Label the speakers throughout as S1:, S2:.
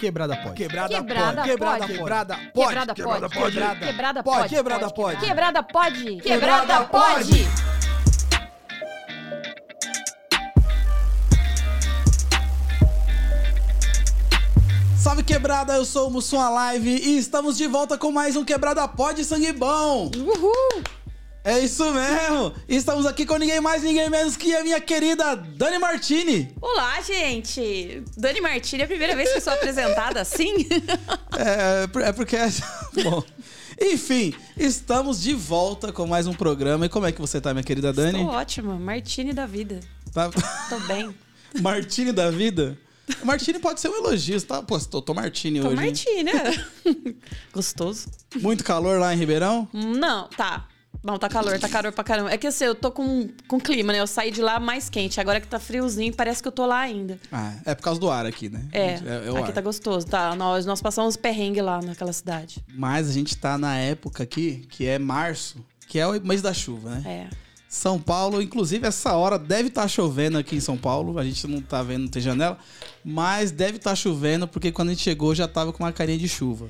S1: Quebrada pode.
S2: Quebrada,
S3: Quebrada
S2: pode. Quebrada Quebrada
S3: pode.
S2: pode.
S3: Quebrada pode.
S2: Quebrada
S3: Quebrada
S2: pode.
S3: pode.
S2: Quebrada pode.
S3: Quebrada pode.
S2: Quebrada pode. Salve quebrada, eu sou o Mussum Live e estamos de volta com mais um Quebrada Pode Sangue Bom.
S3: Uhul.
S2: É isso mesmo. Estamos aqui com ninguém mais, ninguém menos que a minha querida Dani Martini.
S4: Olá, gente! Dani Martini, é a primeira vez que eu sou apresentada assim?
S2: É, por- é porque. Bom. Enfim, estamos de volta com mais um programa. E como é que você tá, minha querida Dani?
S4: Tô ótima, Martini da vida.
S2: Tá...
S4: Tô bem.
S2: Martini da vida? Martini pode ser um elogio, tá? Pô, tô, tô Martini
S4: Tô
S2: hoje. hein?
S4: Martini, né? Gostoso.
S2: Muito calor lá em Ribeirão?
S4: Não, tá. Não, tá calor, tá calor pra caramba. É que assim, eu tô com, com clima, né? Eu saí de lá mais quente. Agora que tá friozinho, parece que eu tô lá ainda.
S2: Ah, é por causa do ar aqui, né?
S4: É,
S2: é, é o
S4: aqui
S2: ar.
S4: tá gostoso, tá? Nós, nós passamos perrengue lá naquela cidade.
S2: Mas a gente tá na época aqui, que é março, que é o mês da chuva, né?
S4: É.
S2: São Paulo, inclusive essa hora deve estar chovendo aqui em São Paulo. A gente não tá vendo, não tem janela, mas deve estar chovendo porque quando a gente chegou já tava com uma carinha de chuva.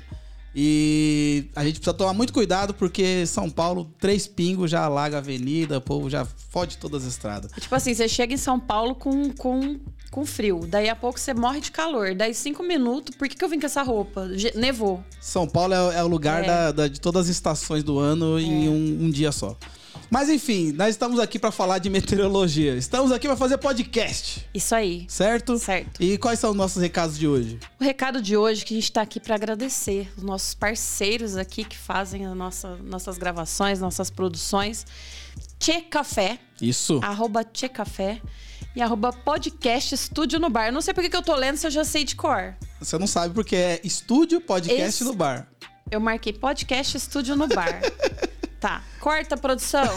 S2: E a gente precisa tomar muito cuidado porque São Paulo, três pingos já alaga a avenida, o povo já fode todas as estradas.
S4: Tipo assim, você chega em São Paulo com, com, com frio. Daí a pouco você morre de calor. Daí cinco minutos, por que, que eu vim com essa roupa? Ge- Nevou.
S2: São Paulo é, o- é o lugar
S4: É.
S2: da- da- de todas as estações do ano em um, um dia só. Mas enfim, nós estamos aqui para falar de meteorologia. Estamos aqui para fazer podcast,
S4: Isso aí.
S2: certo?
S4: Certo.
S2: E quais são os nossos recados de hoje?
S4: O recado de hoje é que a gente tá aqui para agradecer os nossos parceiros aqui que fazem a nossa, nossas gravações, nossas produções. Tchê Café,
S2: Isso.
S4: arroba Tchê Café e arroba podcast Estúdio no Bar. Eu Não sei por que que eu tô lendo se eu já sei de cor.
S2: Você não sabe porque é estúdio, podcast
S4: Esse-
S2: no bar.
S4: Eu marquei podcast Estúdio no Bar. tá. Corta, produção.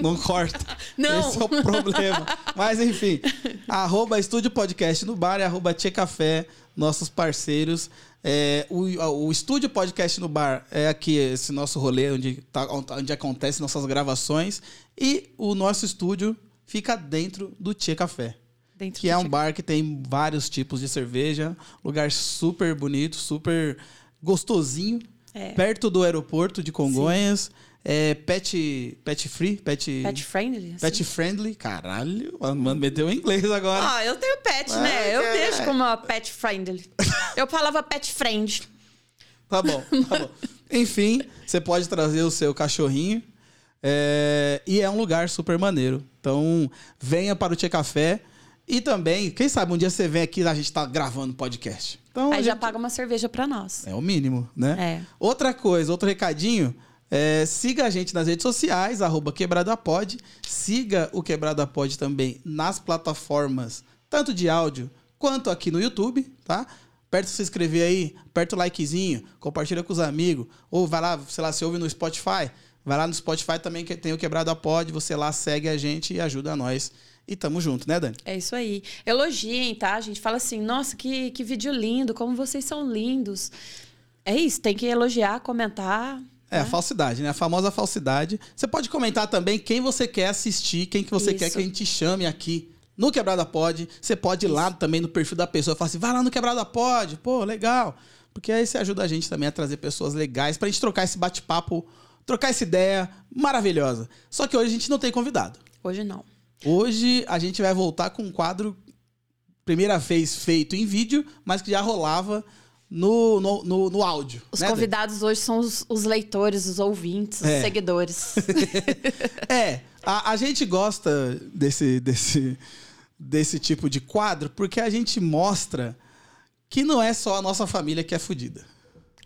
S2: Não corta.
S4: Não.
S2: Esse é o problema. Mas enfim, arroba estúdio podcast no bar e arroba Tchê Café, nossos parceiros. É, o, o estúdio podcast no bar é aqui esse nosso rolê onde, tá, onde acontecem nossas gravações. E o nosso estúdio fica dentro do Tchê Café.
S4: Dentro
S2: Que
S4: do
S2: é
S4: Tchê
S2: um bar que tem vários tipos de cerveja, lugar super bonito, super gostosinho,
S4: É.
S2: perto do aeroporto de Congonhas, é pet, pet free, pet,
S4: Pet friendly? assim?
S2: pet friendly, caralho, mano, meteu em inglês agora.
S4: Ah, eu tenho pet,
S2: Ah,
S4: né? Eu
S2: é.
S4: deixo como uma pet friendly. Eu falava pet friend.
S2: Tá bom, tá bom. Enfim, você pode trazer o seu cachorrinho. é, e é um lugar super maneiro. Então, venha para o Tia Café. E também, quem sabe um dia você vem aqui e a gente tá gravando podcast. Então, a
S4: Aí já
S2: gente-
S4: paga uma cerveja pra nós.
S2: É o mínimo, né?
S4: É.
S2: Outra coisa, outro recadinho. é, siga a gente nas redes sociais, arroba QuebradaPod. Siga o Quebrada Pod também nas plataformas, tanto de áudio quanto aqui no YouTube, tá? Aperta se inscrever aí, aperta o likezinho, compartilha com os amigos. Ou vai lá, sei lá, se ouve no Spotify. Vai lá no Spotify também que tem o Quebrada Pod. Você lá segue a gente e ajuda nós. E tamo junto, né, Dani?
S4: É isso aí. Elogiem, tá? A gente fala assim, nossa, que, que vídeo lindo, como vocês são lindos. É isso, tem que elogiar, comentar.
S2: É, a falsidade, né? A famosa falsidade. Você pode comentar também quem você quer assistir, quem que você quer
S4: Isso.
S2: que a gente chame aqui no Quebrada Pod. Você pode ir lá também no perfil da pessoa e falar assim, vai lá no Quebrada Pod, pô, legal. Porque aí você ajuda a gente também a trazer pessoas legais pra gente trocar esse bate-papo, trocar essa ideia maravilhosa. Só que hoje a gente não tem convidado.
S4: Hoje não.
S2: Hoje a gente vai voltar com um quadro, primeira vez feito em vídeo, mas que já rolava no, no, no, no áudio.
S4: Os
S2: né, Dani?
S4: convidados hoje são os, os leitores, os ouvintes, os
S2: É.
S4: seguidores.
S2: É, a, a gente gosta desse, desse, desse tipo de quadro porque a gente mostra que não é só a nossa família que é fodida,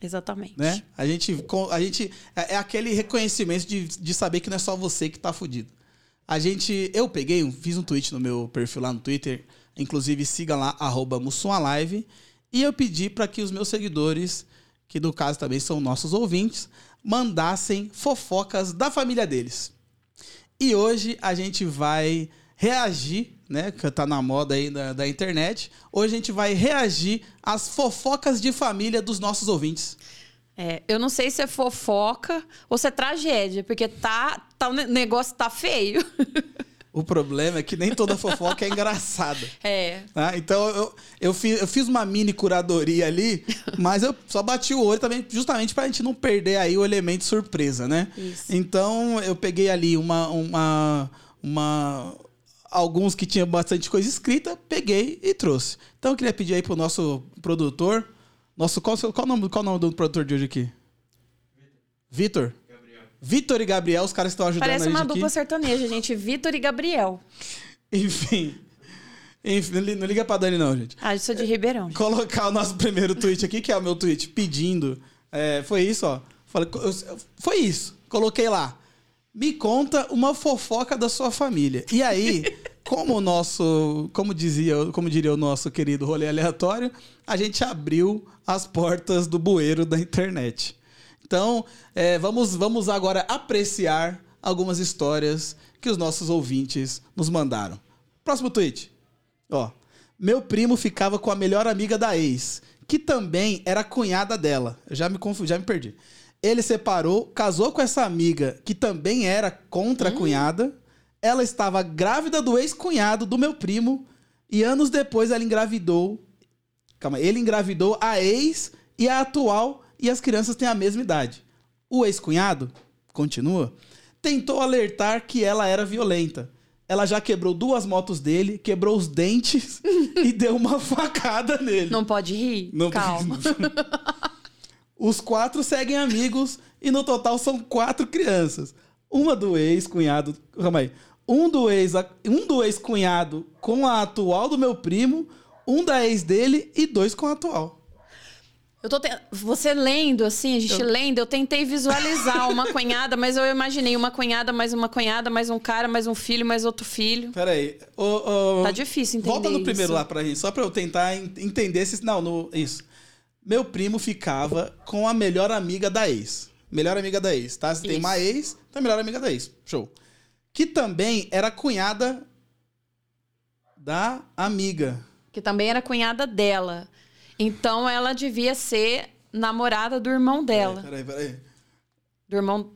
S4: Exatamente.
S2: né? A gente, co- a gente é é aquele reconhecimento de, de saber que não é só você que tá fudido. A gente, eu peguei, um- fiz um tweet no meu perfil lá no Twitter, inclusive siga lá arroba @mussualive e eu pedi para que os meus seguidores, que no caso também são nossos ouvintes, mandassem fofocas da família deles. E hoje a gente vai reagir, né? Que tá na moda aí da, da internet. Hoje a gente vai reagir às fofocas de família dos nossos ouvintes.
S4: É, eu não sei se é fofoca ou se é tragédia, porque tá, tá, o ne- negócio tá feio.
S2: O problema é que nem toda fofoca é engraçada.
S4: É.
S2: Tá? Então eu, eu, fiz, eu fiz uma mini curadoria ali, mas eu só bati o olho também, justamente pra gente não perder aí o elemento surpresa, né?
S4: Isso.
S2: Então eu peguei ali uma. uma, uma alguns que tinham bastante coisa escrita, peguei e trouxe. Então eu queria pedir aí pro nosso produtor. Nosso, qual, seu- qual, o nome, qual o nome do produtor de hoje aqui? Vitor? Vitor e Gabriel, os caras que estão ajudando a
S4: Parece
S2: gente
S4: uma
S2: aqui.
S4: dupla sertaneja, gente. Vitor e Gabriel.
S2: Enfim. Enfim, li- não liga pra Dani, não, gente.
S4: Ah, eu sou de Ribeirão.
S2: Colocar o nosso primeiro tweet aqui, que é o meu tweet pedindo. É, foi isso, ó. Falei, co- eu- foi isso. Coloquei lá. Me conta uma fofoca da sua família. E aí, como o nosso. Como dizia, como diria o nosso querido rolê aleatório, a gente abriu as portas do bueiro da internet. Então, é, vamos, vamos agora apreciar algumas histórias que os nossos ouvintes nos mandaram. Próximo tweet. Ó. Meu primo ficava com a melhor amiga da ex, que também era cunhada dela. Eu já me confundi, já me perdi. Ele separou, casou com essa amiga, que também era contra a cunhada. Ela estava grávida do ex-cunhado do meu primo. E anos depois ela engravidou. Calma, ele engravidou a ex e a atual, e as crianças têm a mesma idade. O ex-cunhado, continua, tentou alertar que ela era violenta. Ela já quebrou duas motos dele, quebrou os dentes e deu uma facada nele.
S4: Não pode rir?
S2: Não-
S4: Calma.
S2: Os quatro seguem amigos e no total são quatro crianças. Uma do ex-cunhado. Calma aí. Um do ex- um do ex-cunhado com a atual do meu primo, um da ex dele e dois com a atual.
S4: Eu tô te- Você lendo, assim, a gente lendo, eu tentei visualizar uma cunhada, mas eu imaginei uma cunhada, mais uma cunhada, mais um cara, mais um filho, mais outro filho.
S2: Pera aí. Ô, ô,
S4: Tá difícil entender
S2: Volta no primeiro
S4: isso.
S2: lá pra gente, só pra eu tentar en- entender se. Não, no, isso. Meu primo ficava com a melhor amiga da ex. Melhor amiga da ex, tá? Se tem
S4: Isso.
S2: uma ex, tem a melhor amiga da ex. Show. Que também era cunhada da amiga.
S4: Que também era cunhada dela. Então ela devia ser namorada do irmão dela.
S2: Peraí, peraí.
S4: Do irmão.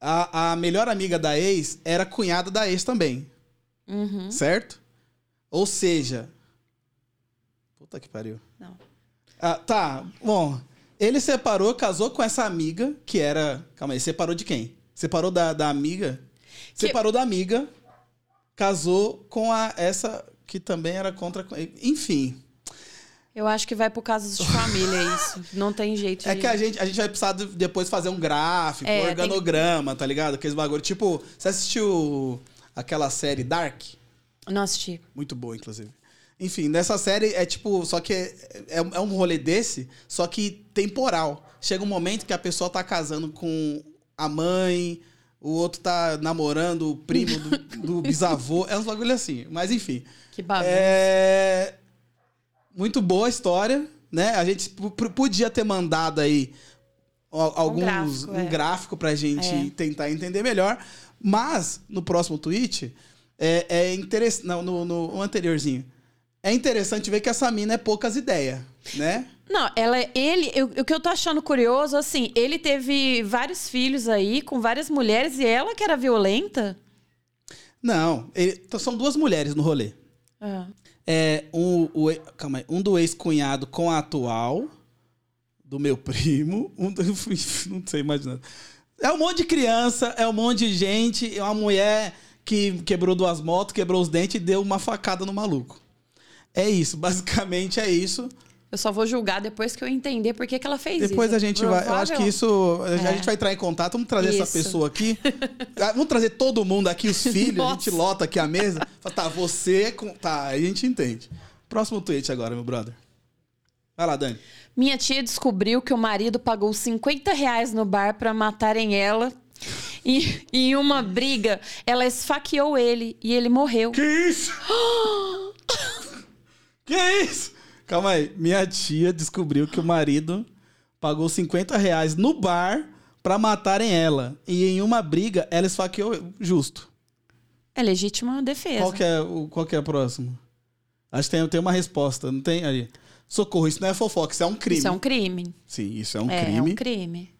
S2: A, a melhor amiga da ex era cunhada da ex também,
S4: Uhum.
S2: certo? Ou seja. Puta que pariu.
S4: Não.
S2: Ah, tá, bom. Ele separou, casou com essa amiga, que era. Calma aí, separou de quem? Separou da, da amiga?
S4: Que-
S2: Separou da amiga, casou com a essa que também era contra. Enfim.
S4: Eu acho que vai por casos de família isso. Não tem jeito.
S2: É
S4: de-
S2: que a gente, a gente vai precisar de- depois fazer um gráfico,
S4: É,
S2: um
S4: tem-
S2: organograma, tá ligado? Aqueles bagulho. Tipo, você assistiu aquela série Dark?
S4: Não assisti.
S2: Muito boa, inclusive. Enfim, nessa série é tipo. Só que é, é um- é um rolê desse, só que temporal. Chega um momento que a pessoa tá casando com a mãe, o outro tá namorando o primo do, do bisavô. É uns bagulho assim. Mas enfim.
S4: Que bagunça.
S2: É... Muito boa a história, né? A gente p- p- podia ter mandado aí al- alguns um gráfico,
S4: gráfico, é.
S2: pra gente
S4: É.
S2: tentar entender melhor. Mas no próximo tweet é, é interessante, não, no, no no anteriorzinho. É interessante ver que essa mina é poucas ideias, né?
S4: Não, ela, é, ele, eu- o que eu tô achando curioso, assim, ele teve vários filhos aí com várias mulheres e ela que era violenta.
S2: Não, ele- então são duas mulheres no rolê.
S4: Ah,
S2: É um, o e- calma aí, um do ex-cunhado com a atual, do meu primo. Um do, não sei imaginando. É um monte de criança, é um monte de gente, é uma mulher que quebrou duas motos, quebrou os dentes e deu uma facada no maluco. É isso, basicamente é isso.
S4: eu só vou julgar depois que eu entender por que, que ela fez
S2: Depois
S4: isso.
S2: a gente vai. Eu acho que
S4: Provável-
S2: isso. A
S4: É.
S2: gente vai entrar em contato. Vamos trazer essa
S4: Isso.
S2: pessoa aqui. Ah, Vamos trazer todo mundo aqui, os filhos. A gente
S4: Nossa.
S2: lota aqui a mesa. Fala, tá, você. Com... Tá, aí a gente entende. Próximo tweet agora, meu brother. Vai lá, Dani.
S4: Minha tia descobriu que o marido pagou 50 reais no bar pra matarem ela. E em uma briga, ela esfaqueou ele e ele morreu.
S2: Que isso? que isso? Calma aí. Minha tia descobriu que o marido pagou 50 reais no bar pra matarem ela. E em uma briga, ela esfaqueou. Justo.
S4: É legítima defesa.
S2: Qual que é o, qual que é o próximo? Acho que tem, tem uma resposta, não tem? Aí. Socorro, isso não é fofoca, isso é um crime.
S4: Isso é um crime.
S2: Sim, isso é um
S4: é,
S2: crime.
S4: é um crime.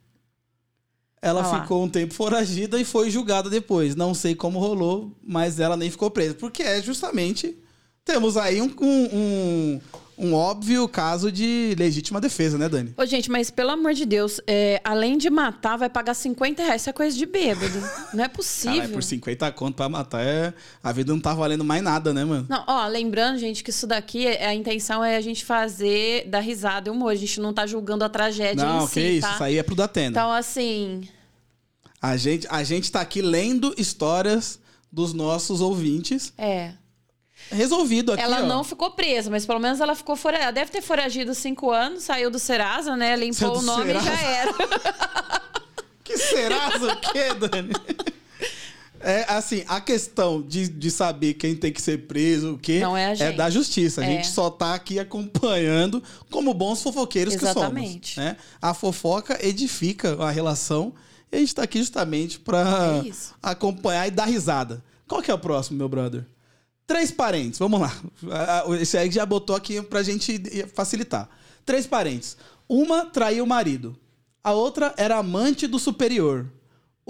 S2: Ela
S4: Ah lá.
S2: ficou um tempo foragida e foi julgada depois. Não sei como rolou, mas ela nem ficou presa. Porque é justamente. Temos aí um, um, um, um óbvio caso de legítima defesa, né, Dani?
S4: Ô, gente, mas pelo amor de Deus, é, além de matar, vai pagar 50 reais. Isso é coisa de bêbado. Não é possível.
S2: Caralho, por 50 conto pra matar, é... a vida não tá valendo mais nada, né, mano?
S4: Não, ó, lembrando, gente, que isso daqui, é- a intenção é a gente fazer dar risada e humor. A gente não tá julgando a tragédia
S2: não,
S4: em
S2: que
S4: si,
S2: isso,
S4: tá?
S2: isso aí é pro Datena.
S4: Então, assim,
S2: A, gente, a gente tá aqui lendo histórias dos nossos ouvintes.
S4: é.
S2: Resolvido aqui,
S4: Ela
S2: ó.
S4: não ficou presa, mas pelo menos ela ficou fora. Ela deve ter foragido cinco anos, saiu do Serasa, né?
S2: Saiu
S4: Limpou
S2: do
S4: o nome
S2: Serasa.
S4: e já era.
S2: Que será o quê, Dani? É assim, a questão de, de saber quem tem que ser preso, o quê,
S4: Não é a gente.
S2: da justiça. A
S4: É.
S2: gente só tá aqui acompanhando como bons fofoqueiros que
S4: Exatamente.
S2: somos. Né? A fofoca edifica a relação e a gente tá aqui justamente pra
S4: É isso.
S2: acompanhar e dar risada. Qual que é o próximo, meu brother? Três parentes, vamos lá. Ah, ah, Esse aí já botou aqui pra gente facilitar. Três parentes. Uma traiu o marido. A outra era amante do superior.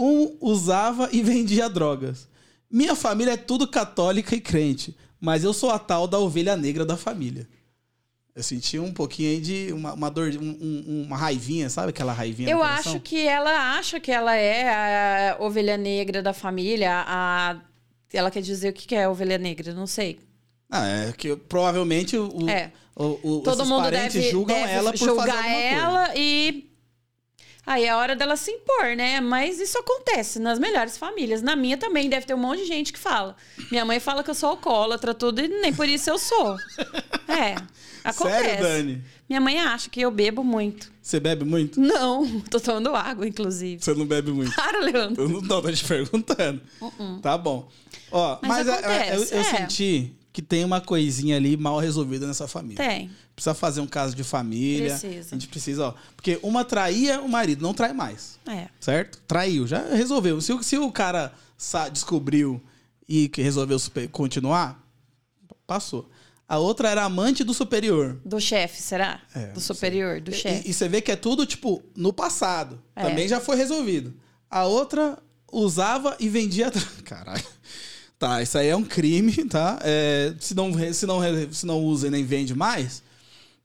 S2: Um usava e vendia drogas. Minha família é tudo católica e crente, mas eu sou a tal da ovelha negra da família. Eu senti um pouquinho aí de uma, uma dor, um- um- uma raivinha, sabe aquela raivinha?
S4: Eu
S2: no coração?
S4: acho que ela acha que ela é a ovelha negra da família. A... Ela quer dizer o que que é ovelha negra, não sei.
S2: Ah, é que provavelmente o, o-
S4: É.
S2: o- o-
S4: Todo
S2: esses
S4: mundo
S2: parentes
S4: deve,
S2: julgam
S4: deve
S2: ela por
S4: julgar
S2: fazer alguma coisa.
S4: ela e. Aí é a hora dela se impor, né? Mas isso acontece nas melhores famílias. Na minha também deve ter um monte de gente que fala. Minha mãe fala que eu sou alcoólatra, tudo, e nem por isso eu sou. É. Acontece.
S2: Sério, Dani?
S4: Minha mãe acha que eu bebo muito.
S2: Você bebe muito?
S4: Não, tô tomando água, inclusive.
S2: Você não bebe muito?
S4: Para, Leandro.
S2: Eu não não, tô te perguntando. Tá bom. Ó, mas,
S4: Uh-uh. Mas
S2: é- é- eu,
S4: acontece,
S2: eu
S4: é.
S2: senti que tem uma coisinha ali mal resolvida nessa família.
S4: Tem.
S2: Precisa fazer um caso de família.
S4: Precisa.
S2: A gente precisa, ó. Porque uma traía o marido, não trai mais.
S4: É.
S2: Certo? Traiu, já resolveu. Se, o- se o cara sa- descobriu e que resolveu super- continuar, passou. A outra era amante do superior.
S4: Do chefe, será?
S2: É, não
S4: do superior, do
S2: E-
S4: chefe.
S2: E, você vê que é tudo, tipo, no passado.
S4: É.
S2: Também já foi resolvido. A outra usava e vendia. dro- Caralho. Tá, isso aí é um crime, tá? É, se, não, re- se, não, re- se não usa e nem vende mais,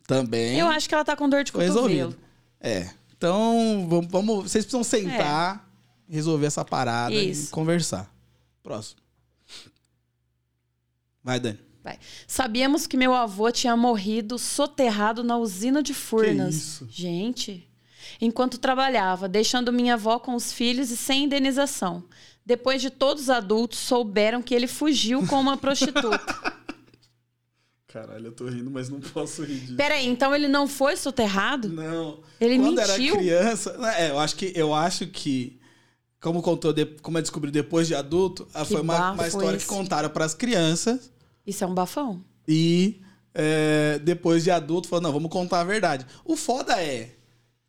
S2: também
S4: Eu acho que ela tá com dor de
S2: foi
S4: cotovelo.
S2: resolvido. É. Então, vamos, vamos- Vocês precisam sentar, resolver essa parada e
S4: Isso.
S2: conversar. Próximo. Vai, Dani.
S4: Vai. Sabíamos que meu avô tinha morrido soterrado na usina de Furnas.
S2: Que isso?
S4: Gente, enquanto trabalhava, deixando minha avó com os filhos e sem indenização. Depois de todos os adultos souberam que ele fugiu com uma prostituta.
S2: Caralho, eu tô rindo, mas não posso rir disso.
S4: Peraí, então ele não foi soterrado?
S2: Não.
S4: Ele
S2: Quando era
S4: mentiu?
S2: criança, né, é, eu acho que eu acho que como contou, de- como eu descobri depois de adulto, ah,
S4: Que
S2: foi uma,
S4: bafo
S2: uma história que
S4: esse.
S2: contaram para as crianças
S4: Isso é um bafão.
S2: e é, depois de adulto falou, não, vamos contar a verdade. O foda é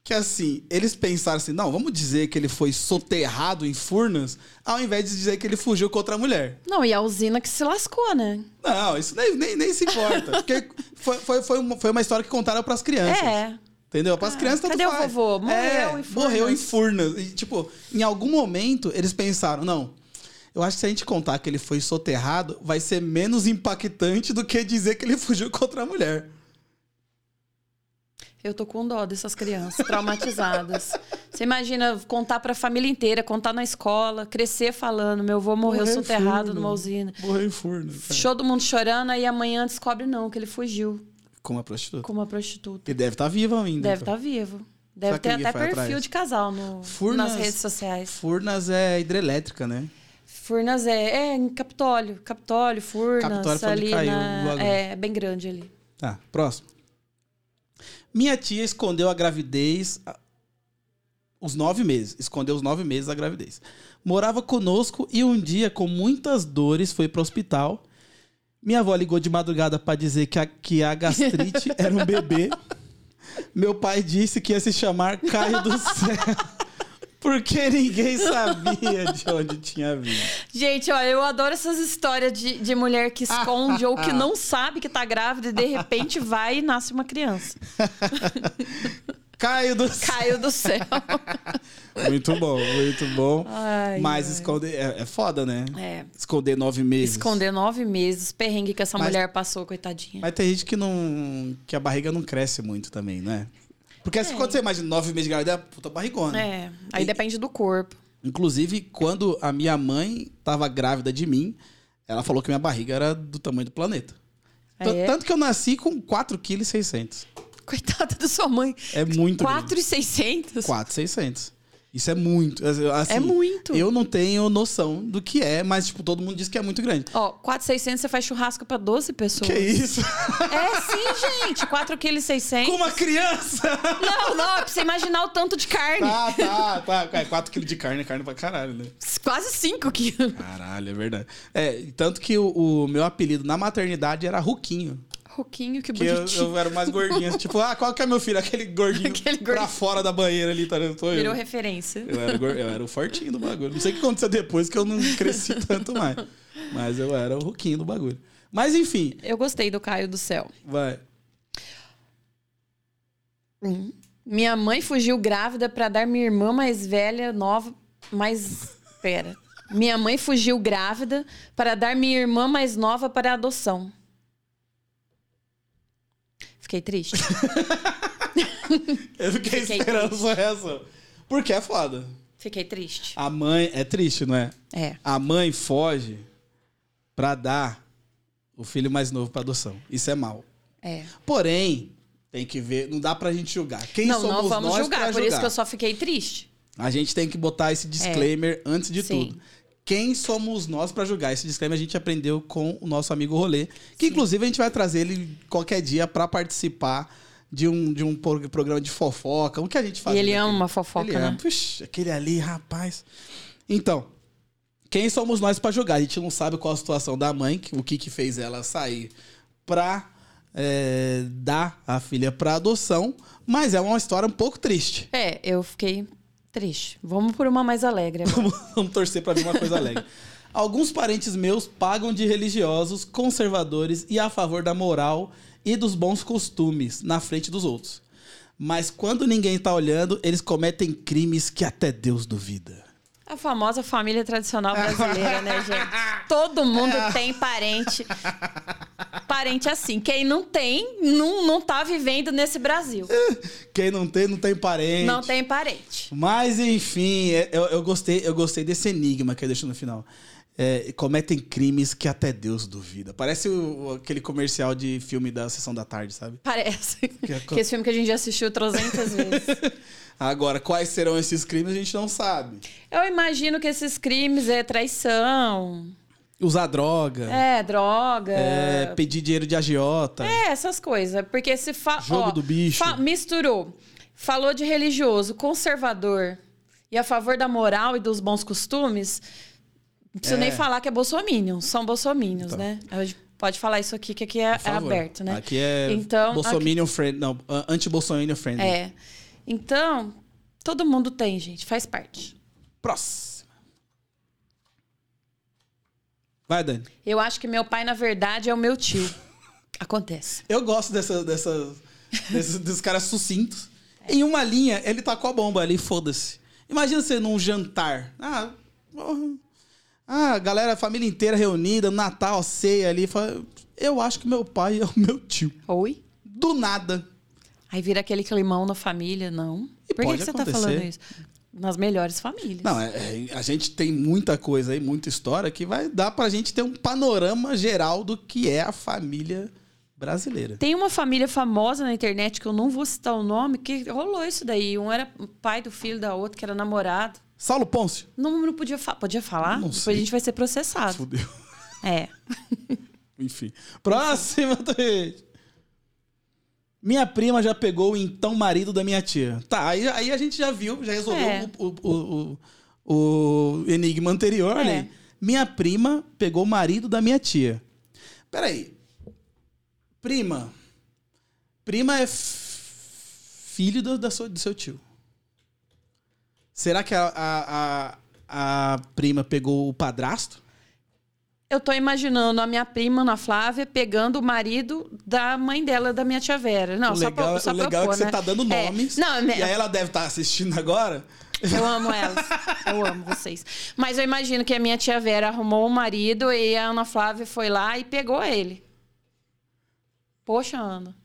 S2: que assim, eles pensaram assim, não, vamos dizer que ele foi soterrado em furnas, ao invés de dizer que ele fugiu com outra mulher.
S4: Não, e a usina que se lascou, né?
S2: Não, isso nem, nem, nem se importa. Porque foi, foi, foi, uma, foi uma história que contaram para as crianças.
S4: É.
S2: Entendeu? Para as
S4: Ah,
S2: crianças tanto
S4: cadê o
S2: faz.
S4: vovô? Morreu
S2: É,
S4: em Furnas.
S2: Morreu em Furnas. E, tipo, em algum momento eles pensaram, não, eu acho que se a gente contar que ele foi soterrado, vai ser menos impactante do que dizer que ele fugiu contra a mulher.
S4: Eu tô com dó dessas crianças traumatizadas. Você imagina contar pra família inteira, contar na escola, crescer falando: meu avô morreu
S2: Morreu em
S4: soterrado
S2: Furnas.
S4: numa usina.
S2: Morreu em Furnas. É.
S4: Todo mundo chorando, aí amanhã descobre não, que ele fugiu
S2: Com uma prostituta.
S4: com uma prostituta.
S2: Ele deve estar vivo ainda.
S4: Deve
S2: então.
S4: estar vivo. Deve
S2: Será que
S4: ter
S2: ninguém
S4: até
S2: foi
S4: perfil
S2: atrás?
S4: de casal no,
S2: Furnas-
S4: nas redes sociais.
S2: Furnas é hidrelétrica, né?
S4: Furnas é, é em Capitólio. Capitólio, Furnas,
S2: Capitólio foi onde
S4: ali
S2: caiu o
S4: na,
S2: bagulho.
S4: é, é bem grande ali.
S2: Tá, próximo. Minha tia escondeu a gravidez. a- Os nove meses. Escondeu os nove meses da gravidez. Morava conosco e um dia, com muitas dores, foi pro hospital. Minha avó ligou de madrugada pra dizer que a, que a gastrite era um bebê. Meu pai disse que ia se chamar Caio do Céu. Porque ninguém sabia de onde tinha vindo.
S4: Gente, olha, eu adoro essas histórias de, de mulher que esconde ou que não sabe que tá grávida e de repente vai e nasce uma criança.
S2: Caio do Céu.
S4: Caiu do céu.
S2: Muito bom, muito bom.
S4: Ai,
S2: Mas
S4: ai.
S2: esconder. É, é foda, né?
S4: É.
S2: Esconder nove meses.
S4: Esconder nove meses, perrengue que essa
S2: Mas-
S4: mulher passou, coitadinha.
S2: Mas tem gente que não. que a barriga não cresce muito também, né? Porque assim,
S4: É.
S2: quando você imagina nove meses de gravidez, é puta barrigona.
S4: É, aí
S2: E-
S4: depende do corpo.
S2: Inclusive, quando a minha mãe tava grávida de mim, ela falou que minha barriga era do tamanho do planeta.
S4: É.
S2: T- Tanto que eu nasci com 4,6 kg.
S4: Coitada da sua mãe.
S2: É muito. grande.
S4: 4,600?
S2: 4,600. Isso é muito. Assim,
S4: É muito.
S2: Eu não tenho noção do que é, mas, tipo, todo mundo diz que é muito grande.
S4: Ó, 4,600 você faz churrasco pra 12 pessoas.
S2: Que isso?
S4: É sim, gente. 4,600
S2: Com
S4: kg.
S2: uma criança!
S4: Não, não, é pra você imaginar o tanto de carne.
S2: Tá, tá, tá. É 4 kg de carne, é carne pra caralho, né?
S4: Quase 5 quilos.
S2: Caralho, é verdade. É, tanto que o, o meu apelido na maternidade era Ruquinho.
S4: Roquinho, que
S2: Que eu,
S4: bonitinho.
S2: eu era mais gordinho. tipo, ah, qual que é meu filho? Aquele gordinho,
S4: Aquele
S2: pra
S4: gordinho.
S2: fora da banheira ali, tá ligado? Tô eu.
S4: Virou referência.
S2: Eu era, gor- eu era o fortinho do bagulho. Não sei o que aconteceu depois que eu não cresci tanto mais. Mas eu era o Ruquinho do bagulho. Mas enfim,
S4: Eu gostei do Caio do Céu.
S2: vai.
S4: Minha mãe fugiu grávida pra dar minha irmã mais velha, nova, mais. Pera. Minha mãe fugiu grávida para dar minha irmã mais nova para adoção. Fiquei triste.
S2: Eu fiquei,
S4: Fiquei
S2: esperando
S4: triste.
S2: sua reação. Porque é foda.
S4: Fiquei triste.
S2: A mãe. É triste, não é?
S4: É.
S2: A mãe foge pra dar o filho mais novo pra adoção. Isso é mal.
S4: É.
S2: Porém, tem que ver. Não dá pra gente julgar. Quem
S4: não,
S2: somos
S4: não vamos
S2: nós
S4: julgar.
S2: pra
S4: Por isso que eu só fiquei triste.
S2: A gente tem que botar esse disclaimer antes de
S4: Sim.
S2: tudo. Quem somos nós pra julgar? Esse disclaimer a gente aprendeu com o nosso amigo Rolê, que
S4: Sim.
S2: inclusive a gente vai trazer ele qualquer dia pra participar de um, de um pro- programa de fofoca, o que a gente faz.
S4: e ele
S2: aqui.
S4: ama uma fofoca,
S2: Ele
S4: né?
S2: ama. Puxa, aquele ali, rapaz. Então, quem somos nós pra julgar? A gente não sabe qual a situação da mãe, que- o que que fez ela sair pra eh, dar a filha pra adoção, mas é uma história um pouco triste.
S4: É, eu fiquei triste. Vamos por uma mais alegre. agora.
S2: Vamos, vamos torcer pra ver uma coisa alegre. Alguns parentes meus pagam de religiosos, conservadores e a favor da moral e dos bons costumes na frente dos outros. Mas quando ninguém tá olhando, eles cometem crimes que até Deus duvida.
S4: A famosa família tradicional brasileira, né, gente? Todo mundo
S2: É.
S4: tem parente. Parente assim. Quem não tem, não, não tá vivendo nesse Brasil.
S2: Quem não tem, não tem parente.
S4: Não tem parente.
S2: Mas enfim, é- eu, eu gostei, eu gostei desse enigma que eu deixo no final. É, cometem crimes que até Deus duvida. Parece o- o- aquele comercial de filme da Sessão da Tarde, sabe?
S4: Parece.
S2: Que-
S4: Que esse filme que a gente já assistiu 300 vezes.
S2: Agora, quais serão esses crimes a gente não sabe.
S4: Eu imagino que esses crimes é traição,
S2: Usar droga,
S4: é droga.
S2: é, pedir dinheiro de agiota.
S4: É, essas coisas. Porque se fa...
S2: Jogo
S4: ó,
S2: do bicho.
S4: fa- Misturou. Falou de religioso, conservador e a favor da moral e dos bons costumes. Não preciso
S2: É.
S4: nem falar que é bolsominion. São bolsominions,
S2: Então.
S4: né? A gente pode falar isso aqui, que aqui é,
S2: Por
S4: é
S2: favor.
S4: aberto, né?
S2: Aqui é
S4: Então,
S2: Bolsominion friend, não, a- anti-Bolsominion friend.
S4: É. Então, todo mundo tem, gente. Faz parte.
S2: Próxima. Vai, Dani.
S4: Eu acho que meu pai, na verdade, é o meu tio. Acontece.
S2: Eu gosto dessa, dessa, desses, desses caras sucintos. Em uma linha, ele tacou a bomba ali, foda-se. Imagina você num jantar. Ah, porra. Ah, galera, a família inteira reunida, Natal, ceia ali. fala, Eu acho que meu pai é o meu tio.
S4: Oi?
S2: Do nada.
S4: Aí vira aquele climão na família, não.
S2: E
S4: Por que
S2: pode
S4: que, você tá
S2: acontecer.
S4: falando isso? Nas melhores famílias.
S2: Não, é- é- a gente tem muita coisa aí, muita história que vai dar pra gente ter um panorama geral do que é a família brasileira.
S4: Tem uma família famosa na internet, que eu não vou citar o nome, que rolou isso daí. Um era pai do filho da outra, que era namorado.
S2: Saulo Pôncio.
S4: Não, não podia falar. Podia falar?
S2: Não
S4: Depois
S2: sei.
S4: a gente vai ser processado.
S2: Fudeu.
S4: É.
S2: Enfim. Próxima, Twitch. Minha prima já pegou o então marido da minha tia. Tá, aí, aí a gente já viu, já resolveu
S4: É.
S2: o, o- o- o- o enigma anterior,
S4: É.
S2: né? Minha prima pegou o marido da minha tia. Peraí. Prima. Prima é f- filho do, da sua- do seu tio. Será que a- a- a, a prima pegou o padrasto?
S4: Eu tô imaginando a minha prima, Ana Flávia, pegando o marido da mãe dela, da minha tia Vera. Não,
S2: o
S4: só
S2: legal,
S4: pra, só
S2: o
S4: pra
S2: legal
S4: eu
S2: é
S4: pôr,
S2: que você
S4: né?
S2: tá dando
S4: É.
S2: nomes.
S4: Não,
S2: E
S4: né?
S2: aí ela deve estar assistindo agora.
S4: Eu amo elas. eu amo vocês. Mas eu imagino que a minha tia Vera arrumou um marido e a Ana Flávia foi lá e pegou ele. Poxa, Ana.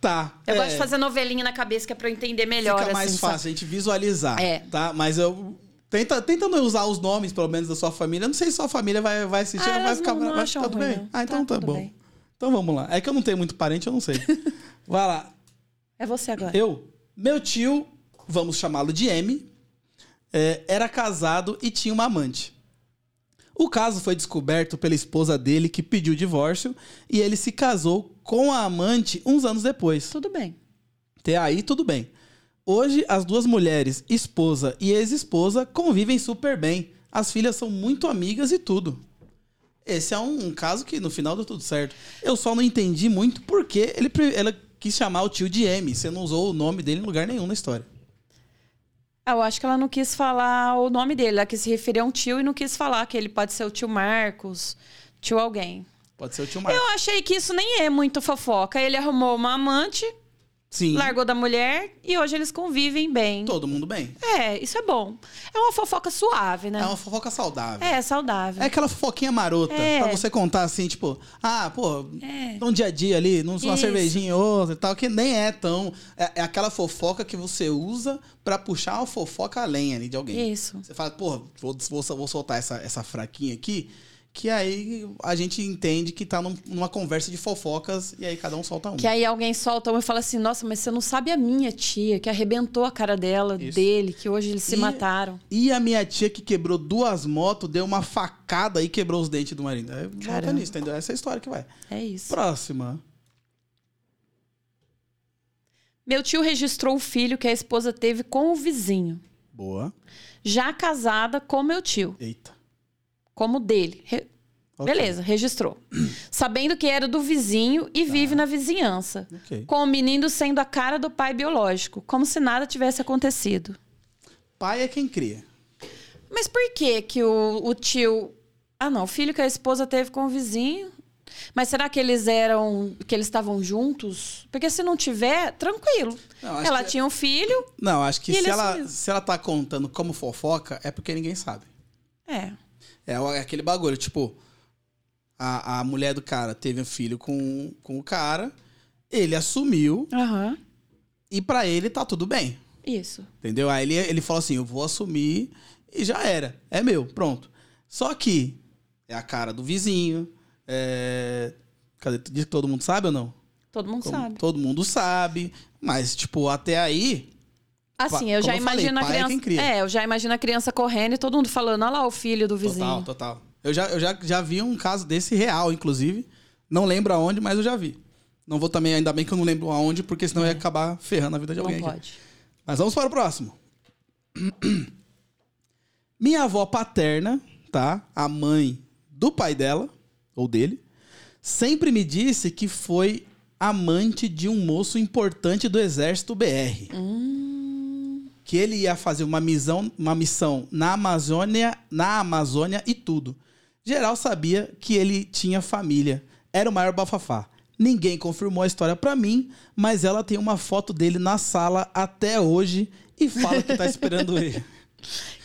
S2: Tá.
S4: Eu
S2: é,
S4: gosto de fazer novelinha na cabeça que é pra eu entender melhor.
S2: Fica mais
S4: assim,
S2: fácil a gente visualizar.
S4: É.
S2: Tá? Mas eu. Tenta, tenta não usar os nomes, pelo menos, da sua família. Eu não sei se sua família vai, vai assistir,
S4: Ah,
S2: ela vai
S4: elas
S2: ficar
S4: não-
S2: bra-
S4: não
S2: vai
S4: acham
S2: ficar tudo
S4: ruim,
S2: bem.
S4: não.
S2: Ah, então
S4: Tá,
S2: tá,
S4: tudo
S2: bom.
S4: bem.
S2: Então vamos lá. É que eu não tenho muito parente, eu não sei. vai lá.
S4: sabe? É você agora.
S2: Eu, meu tio, vamos chamá-lo de M, é, era casado e tinha uma amante. O caso foi descoberto pela esposa dele, que pediu o divórcio, e ele se casou com a amante uns anos depois.
S4: Tudo bem.
S2: Até aí, tudo bem. Hoje, as duas mulheres, esposa e ex-esposa, convivem super bem. As filhas são muito amigas e tudo. Esse é um, um caso que no final deu tudo certo. Eu só não entendi muito porque ele, pre- ela quis chamar o tio de M. Você não usou o nome dele em lugar nenhum na história.
S4: Ah, Eu acho que ela não quis falar o nome dele. Ela quis se referir a um tio e não quis falar que ele pode ser o tio Marcos, tio alguém.
S2: Pode ser o tio Marcos.
S4: Eu achei que isso nem é muito fofoca. Ele arrumou uma amante,
S2: Sim.
S4: largou da mulher e hoje eles convivem bem.
S2: Todo mundo bem.
S4: É, isso é bom. É uma fofoca suave, né?
S2: É uma fofoca saudável.
S4: É, saudável.
S2: É aquela fofoquinha marota,
S4: É.
S2: pra você contar assim, tipo, ah, pô,
S4: É.
S2: num dia a dia ali, num- numa
S4: Isso.
S2: cervejinha ou outra e tal, que nem é tão. É, é aquela fofoca que você usa pra puxar uma fofoca além ali de alguém.
S4: Isso.
S2: Você fala, pô, vou, vou, vou soltar essa, essa fraquinha aqui, que aí a gente entende que tá num- numa conversa de fofocas e aí cada um solta um.
S4: Que aí alguém solta uma e fala assim: Nossa, mas você não sabe a minha tia, que arrebentou a cara dela,
S2: Isso.
S4: dele, que hoje eles se
S2: E-
S4: mataram.
S2: E a minha tia que quebrou duas motos, deu uma facada e quebrou os dentes do marido. É, volta
S4: Caramba.
S2: nisso, entendeu? Essa é a história que vai.
S4: É isso.
S2: Próxima.
S4: Meu tio registrou o filho que a esposa teve com o vizinho,
S2: Boa.
S4: já casada com meu tio,
S2: Eita.
S4: como dele. Re-
S2: Ok.
S4: Beleza, registrou. Sabendo que era do vizinho e vive na vizinhança.
S2: Tá. Ok.
S4: Com o menino sendo a cara do pai biológico, como se nada tivesse acontecido.
S2: Pai é quem cria.
S4: Mas por que que o, o tio... Ah, não. O filho que a esposa teve com o vizinho... Mas será que eles eram... Que eles estavam juntos? Porque se não tiver, tranquilo.
S2: Não, acho
S4: Ela
S2: que- é
S4: tinha um filho...
S2: Não, acho que
S4: E
S2: se
S4: ele
S2: ela,
S4: assumiu.
S2: se ela tá contando como fofoca, é porque ninguém sabe.
S4: É.
S2: É o- é aquele bagulho, tipo, a, a mulher do cara teve um filho com, com o cara, ele assumiu
S4: Aham.
S2: e pra ele tá tudo bem.
S4: Isso.
S2: Entendeu? Aí ele, ele falou assim: eu vou assumir e já era. É meu, pronto. Só que é a cara do vizinho. É. Cadê? Diz que todo mundo sabe ou não?
S4: Todo mundo
S2: Como-
S4: sabe.
S2: Todo mundo sabe. Mas, tipo, até aí,
S4: Assim,
S2: Pa-
S4: eu já
S2: como eu falei,
S4: imagino
S2: pai é
S4: a
S2: quem
S4: criança.
S2: cria.
S4: É, eu já imagino a criança correndo e todo mundo falando, olha lá o filho do vizinho.
S2: Total, total. Eu já, eu já, já vi um caso desse real, inclusive. Não lembro aonde, mas eu já vi. Não vou também, ainda bem que eu não lembro aonde, porque senão eu ia acabar ferrando a vida de
S4: É. Não
S2: alguém. aqui.
S4: pode.
S2: Mas vamos para o próximo. Minha avó paterna, tá? A mãe do pai dela, ou dele, sempre me disse que foi amante de um moço importante do exército BR. Que ele ia fazer uma missão, uma missão na Amazônia, na Amazônia e tudo. Geral sabia que ele tinha família. Era o maior bafafá. Ninguém confirmou a história pra mim, mas ela tem uma foto dele na sala até hoje e fala que tá esperando ele.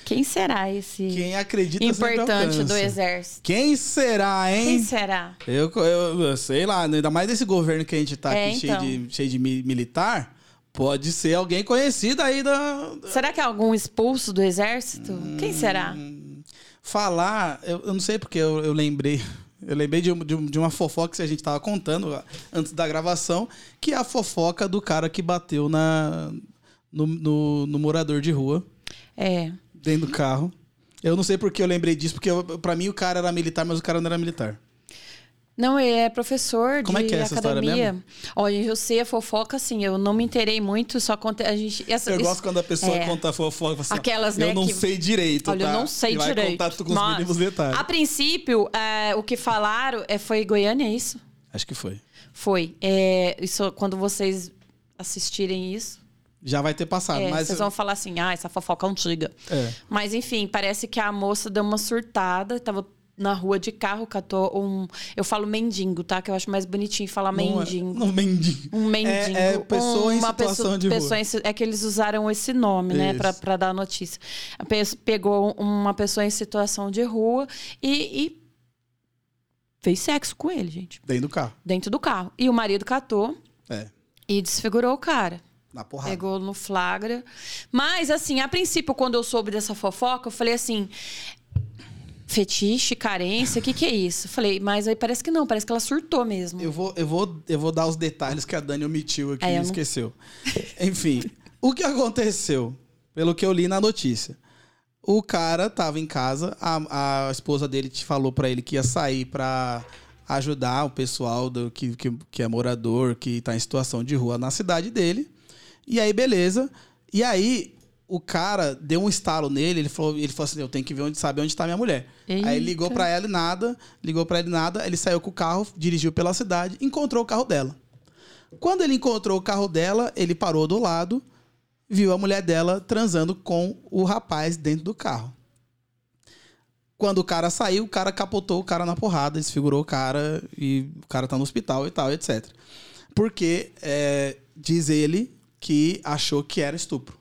S4: Quem será esse
S2: Quem acredita sempre
S4: importante do
S2: alcança.
S4: exército?
S2: Quem será,
S4: Quem
S2: hein?
S4: será?
S2: Eu, eu- eu sei lá, né? ainda mais desse governo que a gente tá
S4: É,
S2: aqui
S4: então.
S2: cheio, de, cheio de mi- militar. Pode ser alguém conhecido aí da.
S4: Será que é algum expulso do exército? Quem será?
S2: Hum. Falar, eu, eu não sei porque eu, eu lembrei. Eu lembrei de, um- de um- de uma fofoca que a gente tava contando ah, antes da gravação, que é a fofoca do cara que bateu na, no- no- no morador de rua.
S4: É.
S2: dentro do carro. Eu não sei porque eu lembrei disso, porque eu, pra mim o cara era militar, mas o cara não era militar.
S4: Não, ele é professor
S2: Como é
S4: de
S2: que é essa história
S4: academia. Olha, eu sei a fofoca, assim, eu não me inteirei muito, só conte... a gente. Essa,
S2: Eu
S4: isso-
S2: gosto quando a pessoa
S4: é.
S2: conta fofoca assim, ó,
S4: Aquelas,
S2: eu
S4: né,
S2: não
S4: que-
S2: sei direito,
S4: Olha,
S2: tá?
S4: eu não sei
S2: e
S4: direito.
S2: Vai contar tudo com os
S4: mas,
S2: mínimos detalhes.
S4: A princípio, é, o que falaram é, foi Goiânia, é isso?
S2: Acho que foi.
S4: Foi. É, isso, quando vocês assistirem isso,
S2: Já vai ter passado,
S4: é,
S2: mas...
S4: vocês vão falar assim, ah, essa fofoca é antiga.
S2: É.
S4: Mas enfim, parece que a moça deu uma surtada, tava na rua de carro, catou um. Eu falo mendigo, tá? Que eu acho mais bonitinho falar mendigo.
S2: Não, mendigo.
S4: Um mendigo.
S2: É, é pessoa em situação
S4: pessoa-
S2: de rua.
S4: pessoa em si- é que eles usaram esse nome, né?
S2: Isso.
S4: Pra, pra dar a notícia. A pe- Pegou uma pessoa em situação de rua e, e fez sexo com ele, gente.
S2: Dentro do carro.
S4: Dentro do carro. E o marido catou
S2: É.
S4: e desfigurou o cara.
S2: Na porrada.
S4: Pegou no flagra. Mas, assim, a princípio, quando eu soube dessa fofoca, eu falei assim. Fetiche, carência, o que, que é isso? Falei, mas aí parece que não, parece que ela surtou mesmo.
S2: Eu vou, eu, vou, eu vou dar os detalhes que a Dani omitiu aqui
S4: É, eu
S2: e
S4: não-
S2: esqueceu. Enfim, o que aconteceu? Pelo que eu li na notícia. O cara tava em casa, a, a esposa dele te falou pra ele que ia sair pra ajudar o pessoal do, que, que, que é morador, que tá em situação de rua na cidade dele. E aí, beleza. E aí, o cara deu um estalo nele, ele falou, ele falou assim: eu tenho que ver onde saber onde tá minha mulher. Aí ele ligou
S4: Eita.
S2: pra ela e nada, ligou pra ele e nada, ele saiu com o carro, dirigiu pela cidade, encontrou o carro dela. Quando ele encontrou o carro dela, ele parou do lado, viu a mulher dela transando com o rapaz dentro do carro. Quando o cara saiu, o cara capotou o cara na porrada, desfigurou o cara e o cara tá no hospital e tal, etc. Porque é, diz ele que achou que era estupro.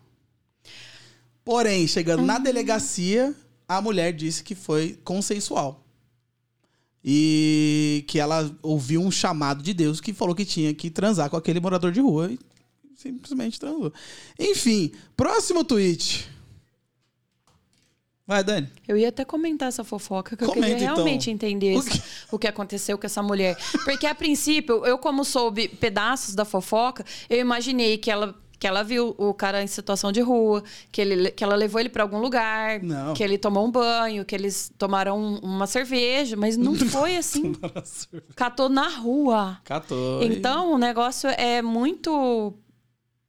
S2: Porém, chegando na delegacia, a mulher disse que foi consensual. E que ela ouviu um chamado de Deus que falou que tinha que transar com aquele morador de rua e simplesmente transou. Enfim, próximo tweet. Vai, Dani.
S4: Eu ia até comentar essa fofoca, que
S2: Comenta,
S4: eu queria
S2: então.
S4: realmente entender
S2: O
S4: esse- o que... aconteceu com essa mulher. Porque, a princípio, eu, como soube pedaços da fofoca, eu imaginei que ela. Que ela viu o cara em situação de rua, que, ele, que ela levou ele pra algum lugar,
S2: Não.
S4: que ele tomou um banho, que eles tomaram um- uma cerveja, mas não foi assim. Catou na rua.
S2: Catou.
S4: Então o negócio é muito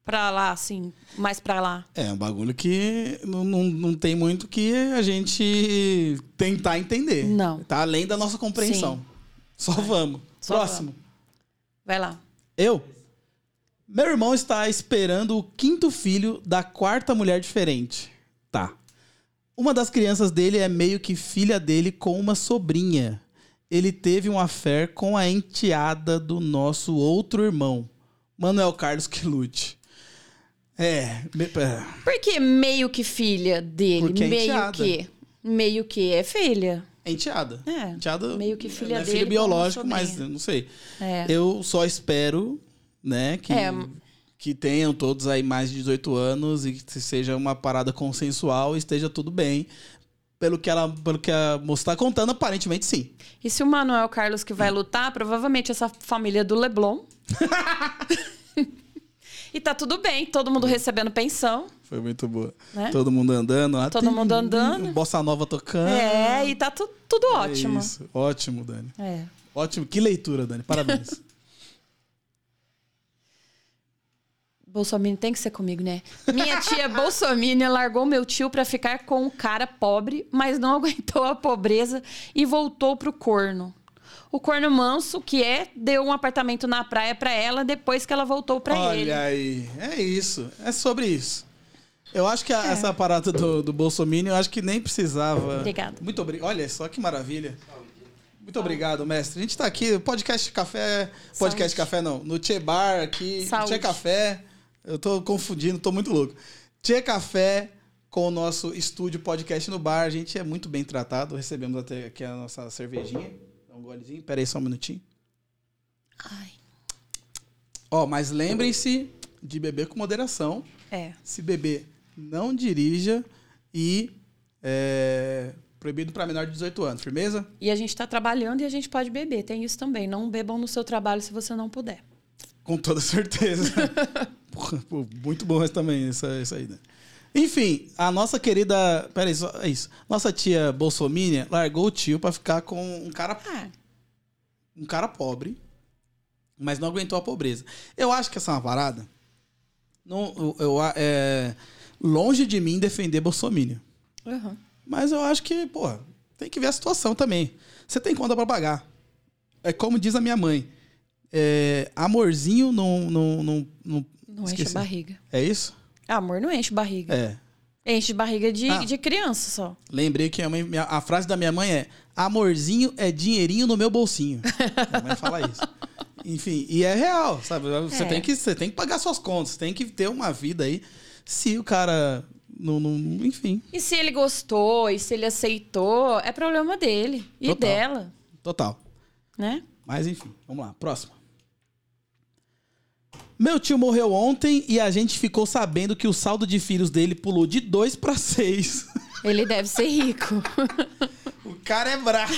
S4: pra lá, assim, mais pra lá.
S2: É um bagulho que não, não, não tem muito que a gente tentar entender.
S4: Não.
S2: Tá além da nossa compreensão. Só vamos.
S4: Só
S2: Próximo.
S4: Vai lá.
S2: Eu? Meu irmão está esperando o quinto filho da quarta mulher diferente. Tá. Uma das crianças dele é meio que filha dele com uma sobrinha. Ele teve um affair com a enteada do nosso outro irmão, Manuel Carlos Quilute. É, me- é,
S4: Por que meio que filha dele?
S2: Porque é
S4: meio
S2: enteada.
S4: que. Meio que é filha.
S2: é enteada.
S4: É,
S2: Enteada
S4: meio que filha
S2: é
S4: dele
S2: filho
S4: com
S2: biológico, mas
S4: sobrinha.
S2: eu não sei.
S4: É.
S2: Eu só espero, né, que,
S4: É.
S2: que tenham todos aí mais de 18 anos e que seja uma parada consensual e esteja tudo bem. Pelo que ela, pelo que a moça tá contando, aparentemente sim.
S4: E se o Manuel Carlos que vai lutar, provavelmente essa família é do Leblon. e tá tudo bem, todo mundo recebendo pensão,
S2: Foi muito boa.
S4: né?
S2: Todo mundo andando. lá.
S4: Todo mundo andando.
S2: Bossa nova tocando.
S4: É, e tá tu- tudo
S2: Ah. É
S4: ótimo.
S2: isso. Ótimo, Dani.
S4: É.
S2: Ótimo. Que leitura, Dani. Parabéns.
S4: Bolsominion tem que ser comigo, né? Minha tia Bolsominion largou meu tio pra ficar com um cara pobre, mas não aguentou a pobreza e voltou pro corno. O corno manso, que é, deu um apartamento na praia pra ela depois que ela voltou pra
S2: Olha
S4: ele.
S2: aí. É isso. É sobre isso. Eu acho que a-
S4: É.
S2: essa parada do, do Bolsonaro, eu acho que nem precisava.
S4: Obrigada.
S2: Muito obrigado. Olha só que maravilha. Muito obrigado, mestre. A gente tá aqui, podcast Café. Podcast
S4: Saúde.
S2: Café não, no Tchê Bar aqui.
S4: Saúde.
S2: Tchê Café. Eu tô confundindo, tô muito louco. Tchê Café com o nosso estúdio podcast no bar. A gente é muito bem tratado. Recebemos até aqui a nossa cervejinha. Dá um golezinho. Pera aí só um minutinho.
S4: Ai,
S2: Ó, mas lembrem-se de beber com moderação.
S4: é.
S2: Se beber, não dirija. E é, proibido para menor de 18 anos. Firmeza?
S4: E a gente tá trabalhando e a gente pode beber, tem isso também. Não bebam no seu trabalho se você não puder.
S2: Com toda certeza. Porra, pô, muito bom esse também, essa, essa aí, né? Enfim, a nossa querida. Peraí, só é isso. Nossa tia Bolsomínia largou o tio pra ficar com um cara,
S4: Ah,
S2: um cara pobre, mas não aguentou a pobreza. Eu acho que essa é uma parada. Não, eu, eu a- é, longe de mim defender Bolsomínia.
S4: uhum.
S2: Mas eu acho que, porra, tem que ver a situação também. Você tem conta pra pagar. É como diz a minha mãe. é, amorzinho não. não, não, não-
S4: não enche
S2: esqueci.
S4: a barriga.
S2: É isso?
S4: Ah, amor não enche barriga.
S2: É.
S4: Enche barriga de,
S2: Ah.
S4: de criança só.
S2: Lembrei que a, mãe- minha- a frase da minha mãe é: Amorzinho é dinheirinho no meu bolsinho. Minha mãe fala isso. Enfim, e é real, sabe? Você,
S4: É.
S2: tem que, você tem que pagar suas contas, tem que ter uma vida aí. Se o cara. Não, não- enfim,
S4: E se ele gostou, e se ele aceitou, é problema dele e
S2: Total.
S4: dela,
S2: total.
S4: né?
S2: Mas enfim, vamos lá, próxima. Meu tio morreu ontem e a gente ficou sabendo que o saldo de filhos dele pulou de 2 para 6.
S4: Ele deve ser rico.
S2: O cara é bravo.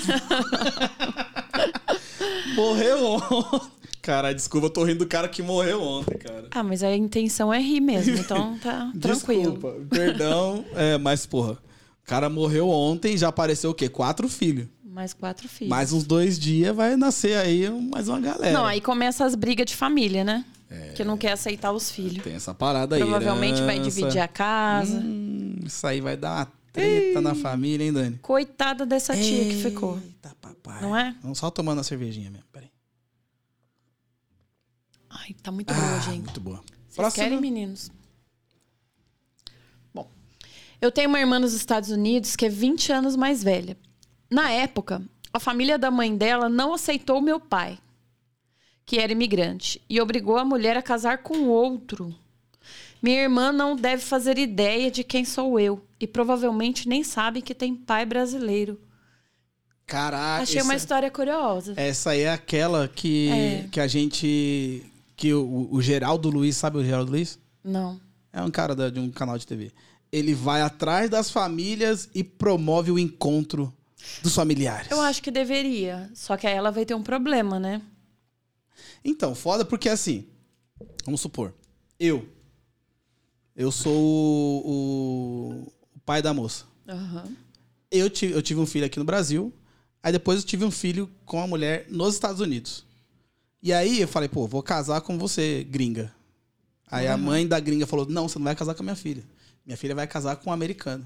S2: morreu ontem. Cara, desculpa, eu tô rindo do cara que morreu ontem, cara.
S4: ah, mas a intenção é rir mesmo, então tá tranquilo.
S2: Desculpa, perdão. É, mas porra, o cara morreu ontem, já apareceu o quê? Quatro filhos.
S4: Mais quatro filhos.
S2: Mais uns dois dias vai nascer aí um- mais uma galera.
S4: Não, aí começa as brigas de família, né? Que não quer aceitar os filhos.
S2: Tem É. essa parada aí.
S4: Provavelmente vai
S2: herança.
S4: dividir a casa.
S2: Hum, isso aí vai dar uma treta na família, hein, Dani?
S4: Coitada dessa tia que ficou.
S2: Eita, papai.
S4: Não é?
S2: Vamos só tomando a cervejinha mesmo. Peraí.
S4: Ai, tá muito boa,
S2: Ah,
S4: gente.
S2: muito boa.
S4: Vocês
S2: Próxima.
S4: querem, meninos? Bom, eu tenho uma irmã nos Estados Unidos que é 20 anos mais velha. Na época, a família da mãe dela não aceitou meu pai, que era imigrante, e obrigou a mulher a casar com outro. Minha irmã não deve fazer ideia de quem sou eu e provavelmente nem sabe que tem pai brasileiro.
S2: Caraca.
S4: Achei
S2: essa-
S4: uma história curiosa.
S2: Essa aí Ah, é aquela que,
S4: É.
S2: que a gente. Que o, o Geraldo Luiz, sabe o Geraldo Luiz?
S4: Não.
S2: É um cara da- de um canal de TV. Ele vai atrás das famílias e promove o encontro dos familiares.
S4: Eu acho que deveria. Só que aí ela vai ter um problema, né?
S2: Então, foda porque assim. Vamos supor. Eu. Eu sou o, o- o pai da moça.
S4: Aham.
S2: Eu tive, eu tive um filho aqui no Brasil. Aí depois eu tive um filho com a mulher nos Estados Unidos. E aí eu falei, pô, vou casar com você, gringa. Aí a mãe da gringa falou: não, você não vai casar com a minha filha. Minha filha vai casar com um americano.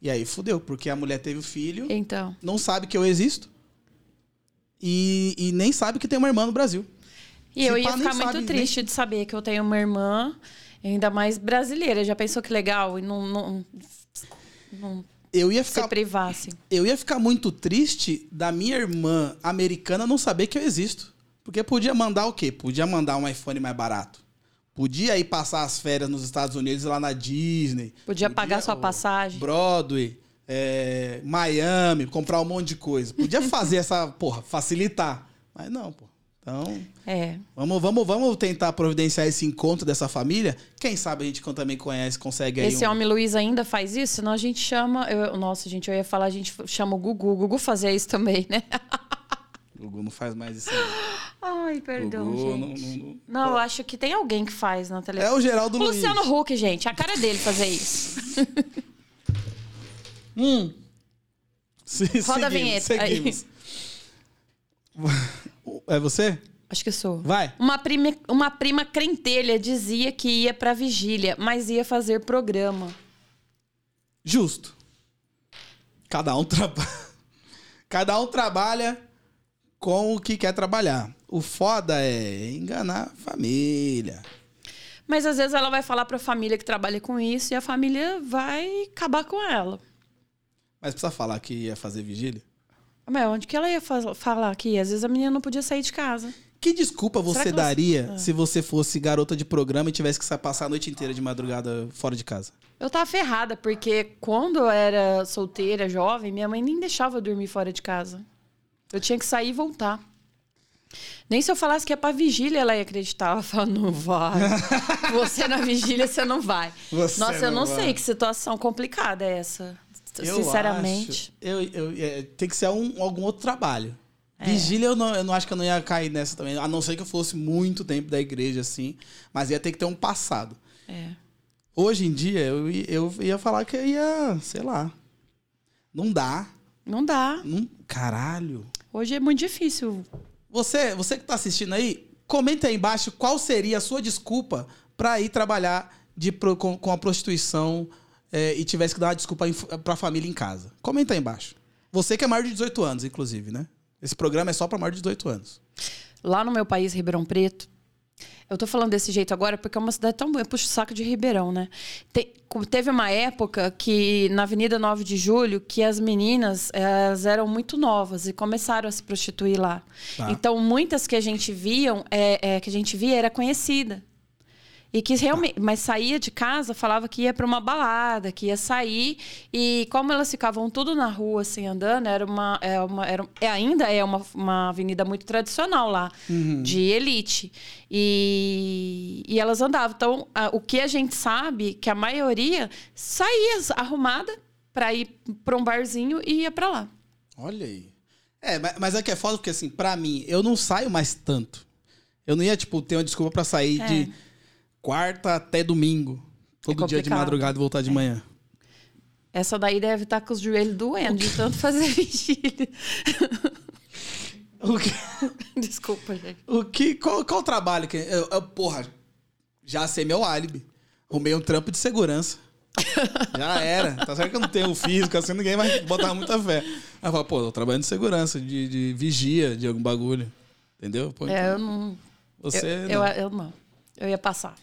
S2: E aí fudeu, porque a mulher teve o filho,
S4: Então.
S2: não sabe que eu existo. E, e nem sabe que tem uma irmã no Brasil.
S4: E
S2: Se
S4: eu ia
S2: pá, nem
S4: ficar
S2: sabe,
S4: muito
S2: nem-
S4: triste de saber que eu tenho uma irmã, ainda mais brasileira. Já pensou que legal? E não, não, não
S2: Eu ia
S4: se
S2: ficar
S4: privassem.
S2: eu ia ficar muito triste da minha irmã americana não saber que eu existo. Porque podia mandar o quê? Podia mandar um iPhone mais barato. Podia ir passar as férias nos Estados Unidos lá na Disney.
S4: Podia pagar sua
S2: ô,
S4: passagem.
S2: Broadway, é, Miami, comprar um monte de coisa. Podia fazer essa, porra, facilitar. Mas não, pô. Então,
S4: É.
S2: vamos, vamos, vamos tentar providenciar esse encontro dessa família. Quem sabe a gente quando também conhece, consegue aí
S4: Esse
S2: um-
S4: homem Luiz ainda faz isso? Senão a gente chama. eu- nossa, gente, eu ia falar, a gente chama o Gugu. O Gugu fazia isso também, né?
S2: O Gugu não faz mais isso. não.
S4: Ai, perdão,
S2: Gugu, não-
S4: gente. Não,
S2: não- não-
S4: eu acho que tem alguém que faz na
S2: É
S4: televisão.
S2: o Geraldo Luiz.
S4: Luciano Huck, gente, a cara dele fazer isso.
S2: Hum. Se,
S4: Roda
S2: seguimos,
S4: a vinheta aí.
S2: seguimos. É você?
S4: Acho que eu sou.
S2: Vai.
S4: Uma prima, uma prima crentelha dizia que ia pra vigília, mas ia fazer programa.
S2: Justo. Cada um trabalha. Cada um trabalha com o que quer trabalhar. O foda é enganar a família.
S4: Mas às vezes ela vai falar pra família que trabalha com isso e a família vai acabar com ela.
S2: Mas precisa falar que ia fazer vigília?
S4: Mas onde que ela ia fa- falar aqui? Às vezes a menina não podia sair de casa.
S2: Que desculpa você
S4: que você-
S2: daria
S4: Ah.
S2: se você fosse garota de programa e tivesse que sa- passar a noite inteira de madrugada fora de casa?
S4: Eu tava ferrada, porque quando eu era solteira, jovem, minha mãe nem deixava eu dormir fora de casa. Eu tinha que sair e voltar. Nem se eu falasse que é pra vigília, ela ia acreditar. Ela fala, não vai. Você na vigília, você não vai.
S2: Você
S4: Nossa, eu
S2: não
S4: não
S2: vai.
S4: sei que situação complicada é essa.
S2: Eu
S4: Sinceramente.
S2: acho- eu, eu- é, tem que ser um- algum outro trabalho.
S4: É.
S2: Vigília, eu não, eu não acho que eu não ia cair nessa também. A não ser que eu fosse muito tempo da igreja, assim. Mas ia ter que ter um passado.
S4: É.
S2: Hoje em dia, eu, i- eu ia falar que eu ia, sei lá. Não dá.
S4: Não dá.
S2: Não, caralho.
S4: Hoje é muito difícil.
S2: Você, você que tá assistindo aí, comenta aí embaixo qual seria a sua desculpa pra ir trabalhar de pro- com, com a prostituição é, e tivesse que dar uma desculpa em- pra família em casa. Comenta aí embaixo. Você que é maior de 18 anos, inclusive, né? Esse programa é só pra maior de 18 anos.
S4: Lá no meu país, Ribeirão Preto, Eu tô falando desse jeito agora porque é uma cidade tão boa. Eu puxo o saco de Ribeirão, né? Te- co- teve uma época que, na Avenida 9 de Julho, que as meninas elas eram muito novas e começaram a se prostituir lá.
S2: Tá.
S4: Então, muitas que a gente viam, é, é, que a gente via era conhecida. E que realmente, mas saía de casa, falava que ia para uma balada, que ia sair. E como elas ficavam tudo na rua, assim, andando, era uma. É uma era, é, ainda é uma, uma avenida muito tradicional lá, de elite. E, e elas andavam. Então, a- o que a gente sabe que a maioria saía arrumada para ir para um barzinho e ia para lá.
S2: Olha aí. É, ma- mas é que é foda porque, assim, pra mim, eu não saio mais tanto. Eu não ia, tipo, ter uma desculpa pra sair
S4: É.
S2: de quarta até domingo. Todo dia de
S4: complicado. É.
S2: madrugada e voltar de manhã.
S4: Essa daí deve estar com os joelhos doendo, de tanto fazer vigília.
S2: O que,
S4: Desculpa, gente.
S2: o que, qual, qual o trabalho que. Eu, eu, porra, já sei meu álibi. Arrumei um trampo de segurança. Já era. Tá certo que eu não tenho físico, assim, ninguém vai botar muita fé. Aí eu falo, pô, eu tô trabalhando de segurança, de, de vigia, de algum bagulho. Entendeu? Pô,
S4: É,
S2: então,
S4: eu não.
S2: você.
S4: eu,
S2: não.
S4: Eu, eu não. Eu ia passar.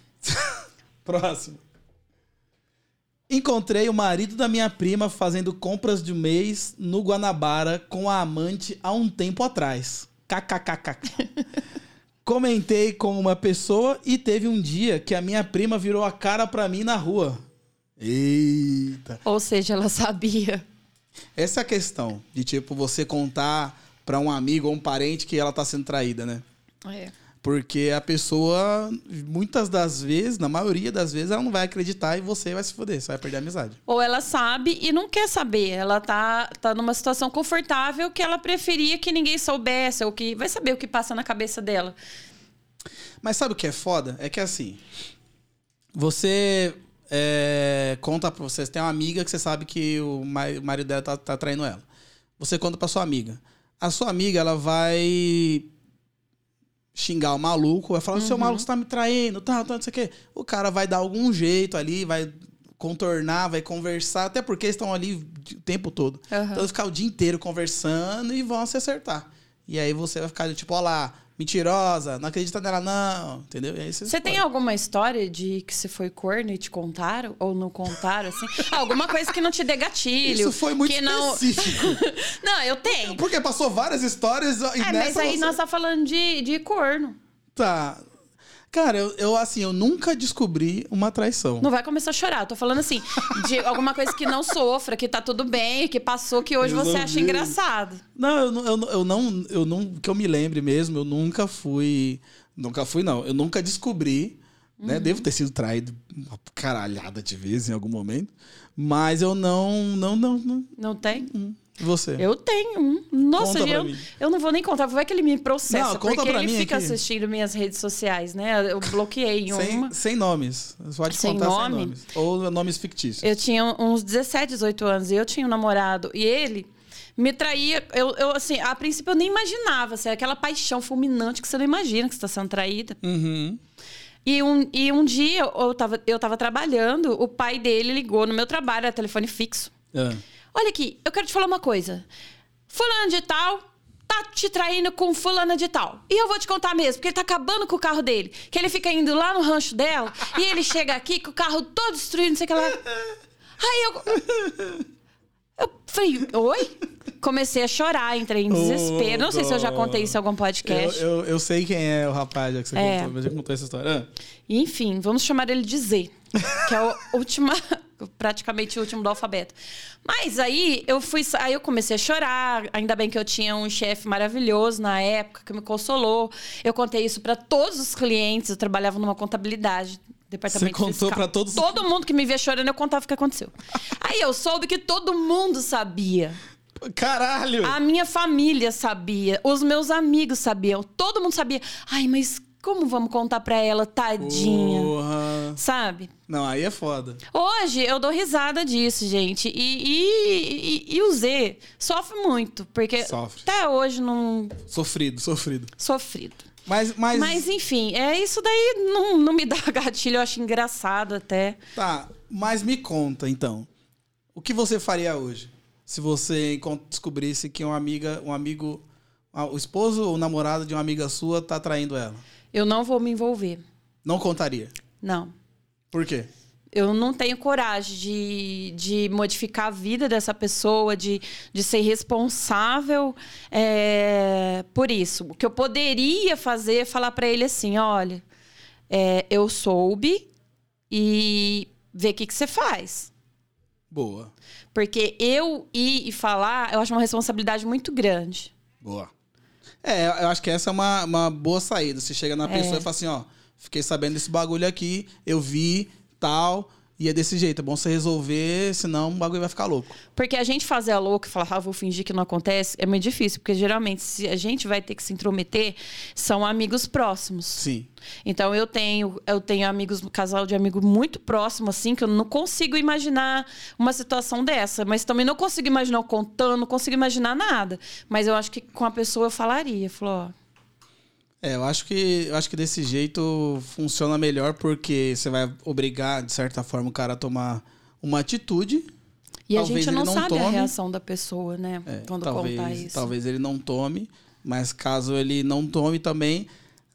S2: Próximo. Encontrei o marido da minha prima fazendo compras de mês no Guanabara com a amante há um tempo atrás. KKKK. Comentei com uma pessoa e teve um dia que a minha prima virou a cara pra mim na rua. Eita.
S4: Ou seja, ela sabia.
S2: Essa é a questão de tipo você contar pra um amigo ou um parente que ela tá sendo traída, né?
S4: É.
S2: Porque a pessoa, muitas das vezes, na maioria das vezes, ela não vai acreditar e você vai se foder, você vai perder a amizade.
S4: Ou ela sabe e não quer saber. Ela tá, tá numa situação confortável que ela preferia que ninguém soubesse, ou que vai saber o que passa na cabeça dela.
S2: Mas sabe o que é foda? É que assim, você é, conta pra você, você tem uma amiga que você sabe que o ma- o marido dela tá, tá traindo ela. Você conta pra sua amiga. A sua amiga, ela vai xingar o maluco, vai falar, seu
S4: Uhum.
S2: maluco, você tá me traindo, tal, tal, não sei o quê. O cara vai dar algum jeito ali, vai contornar, vai conversar, até porque eles estão ali o tempo todo.
S4: Aham.
S2: Então eles ficam o dia inteiro conversando e vão se acertar. E aí você vai ficar tipo, ó lá, mentirosa, não acredita nela não, entendeu? E aí você
S4: Você tem
S2: escolhe.
S4: alguma história de que você foi corno e te contaram? Ou não contaram, assim? alguma coisa que não te dê gatilho?
S2: Isso foi muito
S4: que não...
S2: específico.
S4: não, eu tenho.
S2: Porque passou várias histórias e
S4: É, mas
S2: nessa
S4: aí
S2: você-
S4: nós tá falando de, de corno.
S2: Tá. Cara, eu, eu, assim, eu nunca descobri uma traição.
S4: Não vai começar a chorar. Eu tô falando assim, de alguma coisa que não sofra, que tá tudo bem, que passou, que hoje você acha
S2: Resolvido.
S4: engraçado.
S2: Não, eu, não- eu, não- eu não, eu não, que eu me lembre mesmo, eu nunca fui, nunca fui não, eu nunca descobri, né?
S4: Uhum.
S2: Devo ter sido traído uma caralhada de vezes em algum momento, mas eu não, não, não, não.
S4: Não tem?
S2: E Você?
S4: Eu tenho um. Nossa,
S2: Conta pra
S4: eu,
S2: mim.
S4: eu não vou nem contar. Vai que ele me processa,
S2: Não, conta
S4: porque
S2: pra
S4: ele
S2: mim
S4: fica
S2: aqui.
S4: assistindo minhas redes sociais, né? Eu bloqueei uma.
S2: sem, sem nomes, você pode
S4: Sem
S2: contar
S4: nome?
S2: sem nomes. Ou nomes fictícios.
S4: Eu tinha uns 17, 18 anos e eu tinha um namorado. E ele me traía. Eu, eu, assim, a princípio eu nem imaginava. Assim, aquela paixão fulminante que você não imagina que você tá sendo traída.
S2: Uhum.
S4: E um, e um dia eu tava, eu tava trabalhando, o pai dele ligou no meu trabalho, era telefone fixo.
S2: Ah.
S4: Olha aqui, eu quero te falar uma coisa. Fulano de tal tá te traindo com fulana de tal. E eu vou te contar mesmo, porque ele tá acabando com o carro dele. Que ele fica indo lá no rancho dela e ele chega aqui com o carro todo destruído, não sei o que lá. Aí eu. Eu falei, oi? Comecei a chorar, entrei em desespero. Não sei se eu já contei isso em algum
S2: Eu,
S4: podcast.
S2: eu, eu sei quem é o rapaz já que você
S4: É.
S2: contou, mas já contou essa história. Ah.
S4: Enfim, vamos chamar ele de Z, que é o última, praticamente o último do alfabeto. Mas aí eu fui, sa- aí eu comecei a chorar. Ainda bem que eu tinha um chefe maravilhoso na época que me consolou. Eu contei isso para todos os clientes. Eu trabalhava numa contabilidade, departamento
S2: Você contou
S4: fiscal.
S2: pra todos os-
S4: Todo mundo que me via chorando, eu contava o que aconteceu. aí eu soube que todo mundo sabia.
S2: Ah, Caralho!
S4: A minha família sabia, os meus amigos sabiam, todo mundo sabia. Ai, mas como vamos contar pra ela, tadinha?
S2: Porra.
S4: Sabe?
S2: Não, aí é foda.
S4: Hoje eu dou risada disso, gente. E, e, e- e o Z sofre muito, porque
S2: Sofre.
S4: até hoje não
S2: Sofrido, sofrido.
S4: sofrido.
S2: Mas, mas,
S4: Mas enfim, é isso daí não, não me dá gatilho, eu acho engraçado até.
S2: Tá, mas me conta então. O que você faria hoje? Se você encon- descobrisse que uma amiga, um amigo, a- o esposo ou namorado de uma amiga sua tá traindo ela.
S4: Eu não vou me envolver.
S2: Não contaria.
S4: Não.
S2: Por quê?
S4: Eu não tenho coragem de, de modificar a vida dessa pessoa, de, de ser responsável é, por isso. O que eu poderia fazer é falar para ele assim: olha, é, eu soube e ver o que, que você faz.
S2: Boa.
S4: Porque eu ir e falar, eu acho uma responsabilidade muito grande.
S2: Boa. É, eu acho que essa é uma, uma boa saída. Você chega na pessoa e fala assim, ó, fiquei sabendo desse bagulho aqui, eu vi, tal, e é desse jeito. É bom você resolver, senão o bagulho vai ficar louco.
S4: Porque a gente fazer a louca e falar, ah, vou fingir que não acontece, é muito difícil. Porque geralmente, se a gente vai ter que se intrometer, são amigos próximos.
S2: Sim.
S4: Então eu tenho, eu tenho amigos, um casal de amigo muito próximo, assim, que eu não consigo imaginar uma situação dessa. Mas também não consigo imaginar o contando, não consigo imaginar nada. Mas eu acho que com a pessoa eu falaria. Falou, ó.
S2: É, eu acho que eu acho que desse jeito funciona melhor porque você vai obrigar de certa forma o cara a tomar uma atitude.
S4: E a
S2: Talvez
S4: gente não,
S2: ele não
S4: sabe a
S2: tome.
S4: reação da pessoa, né?
S2: É,
S4: quando
S2: talvez,
S4: contar isso.
S2: talvez ele não tome, mas caso ele não tome também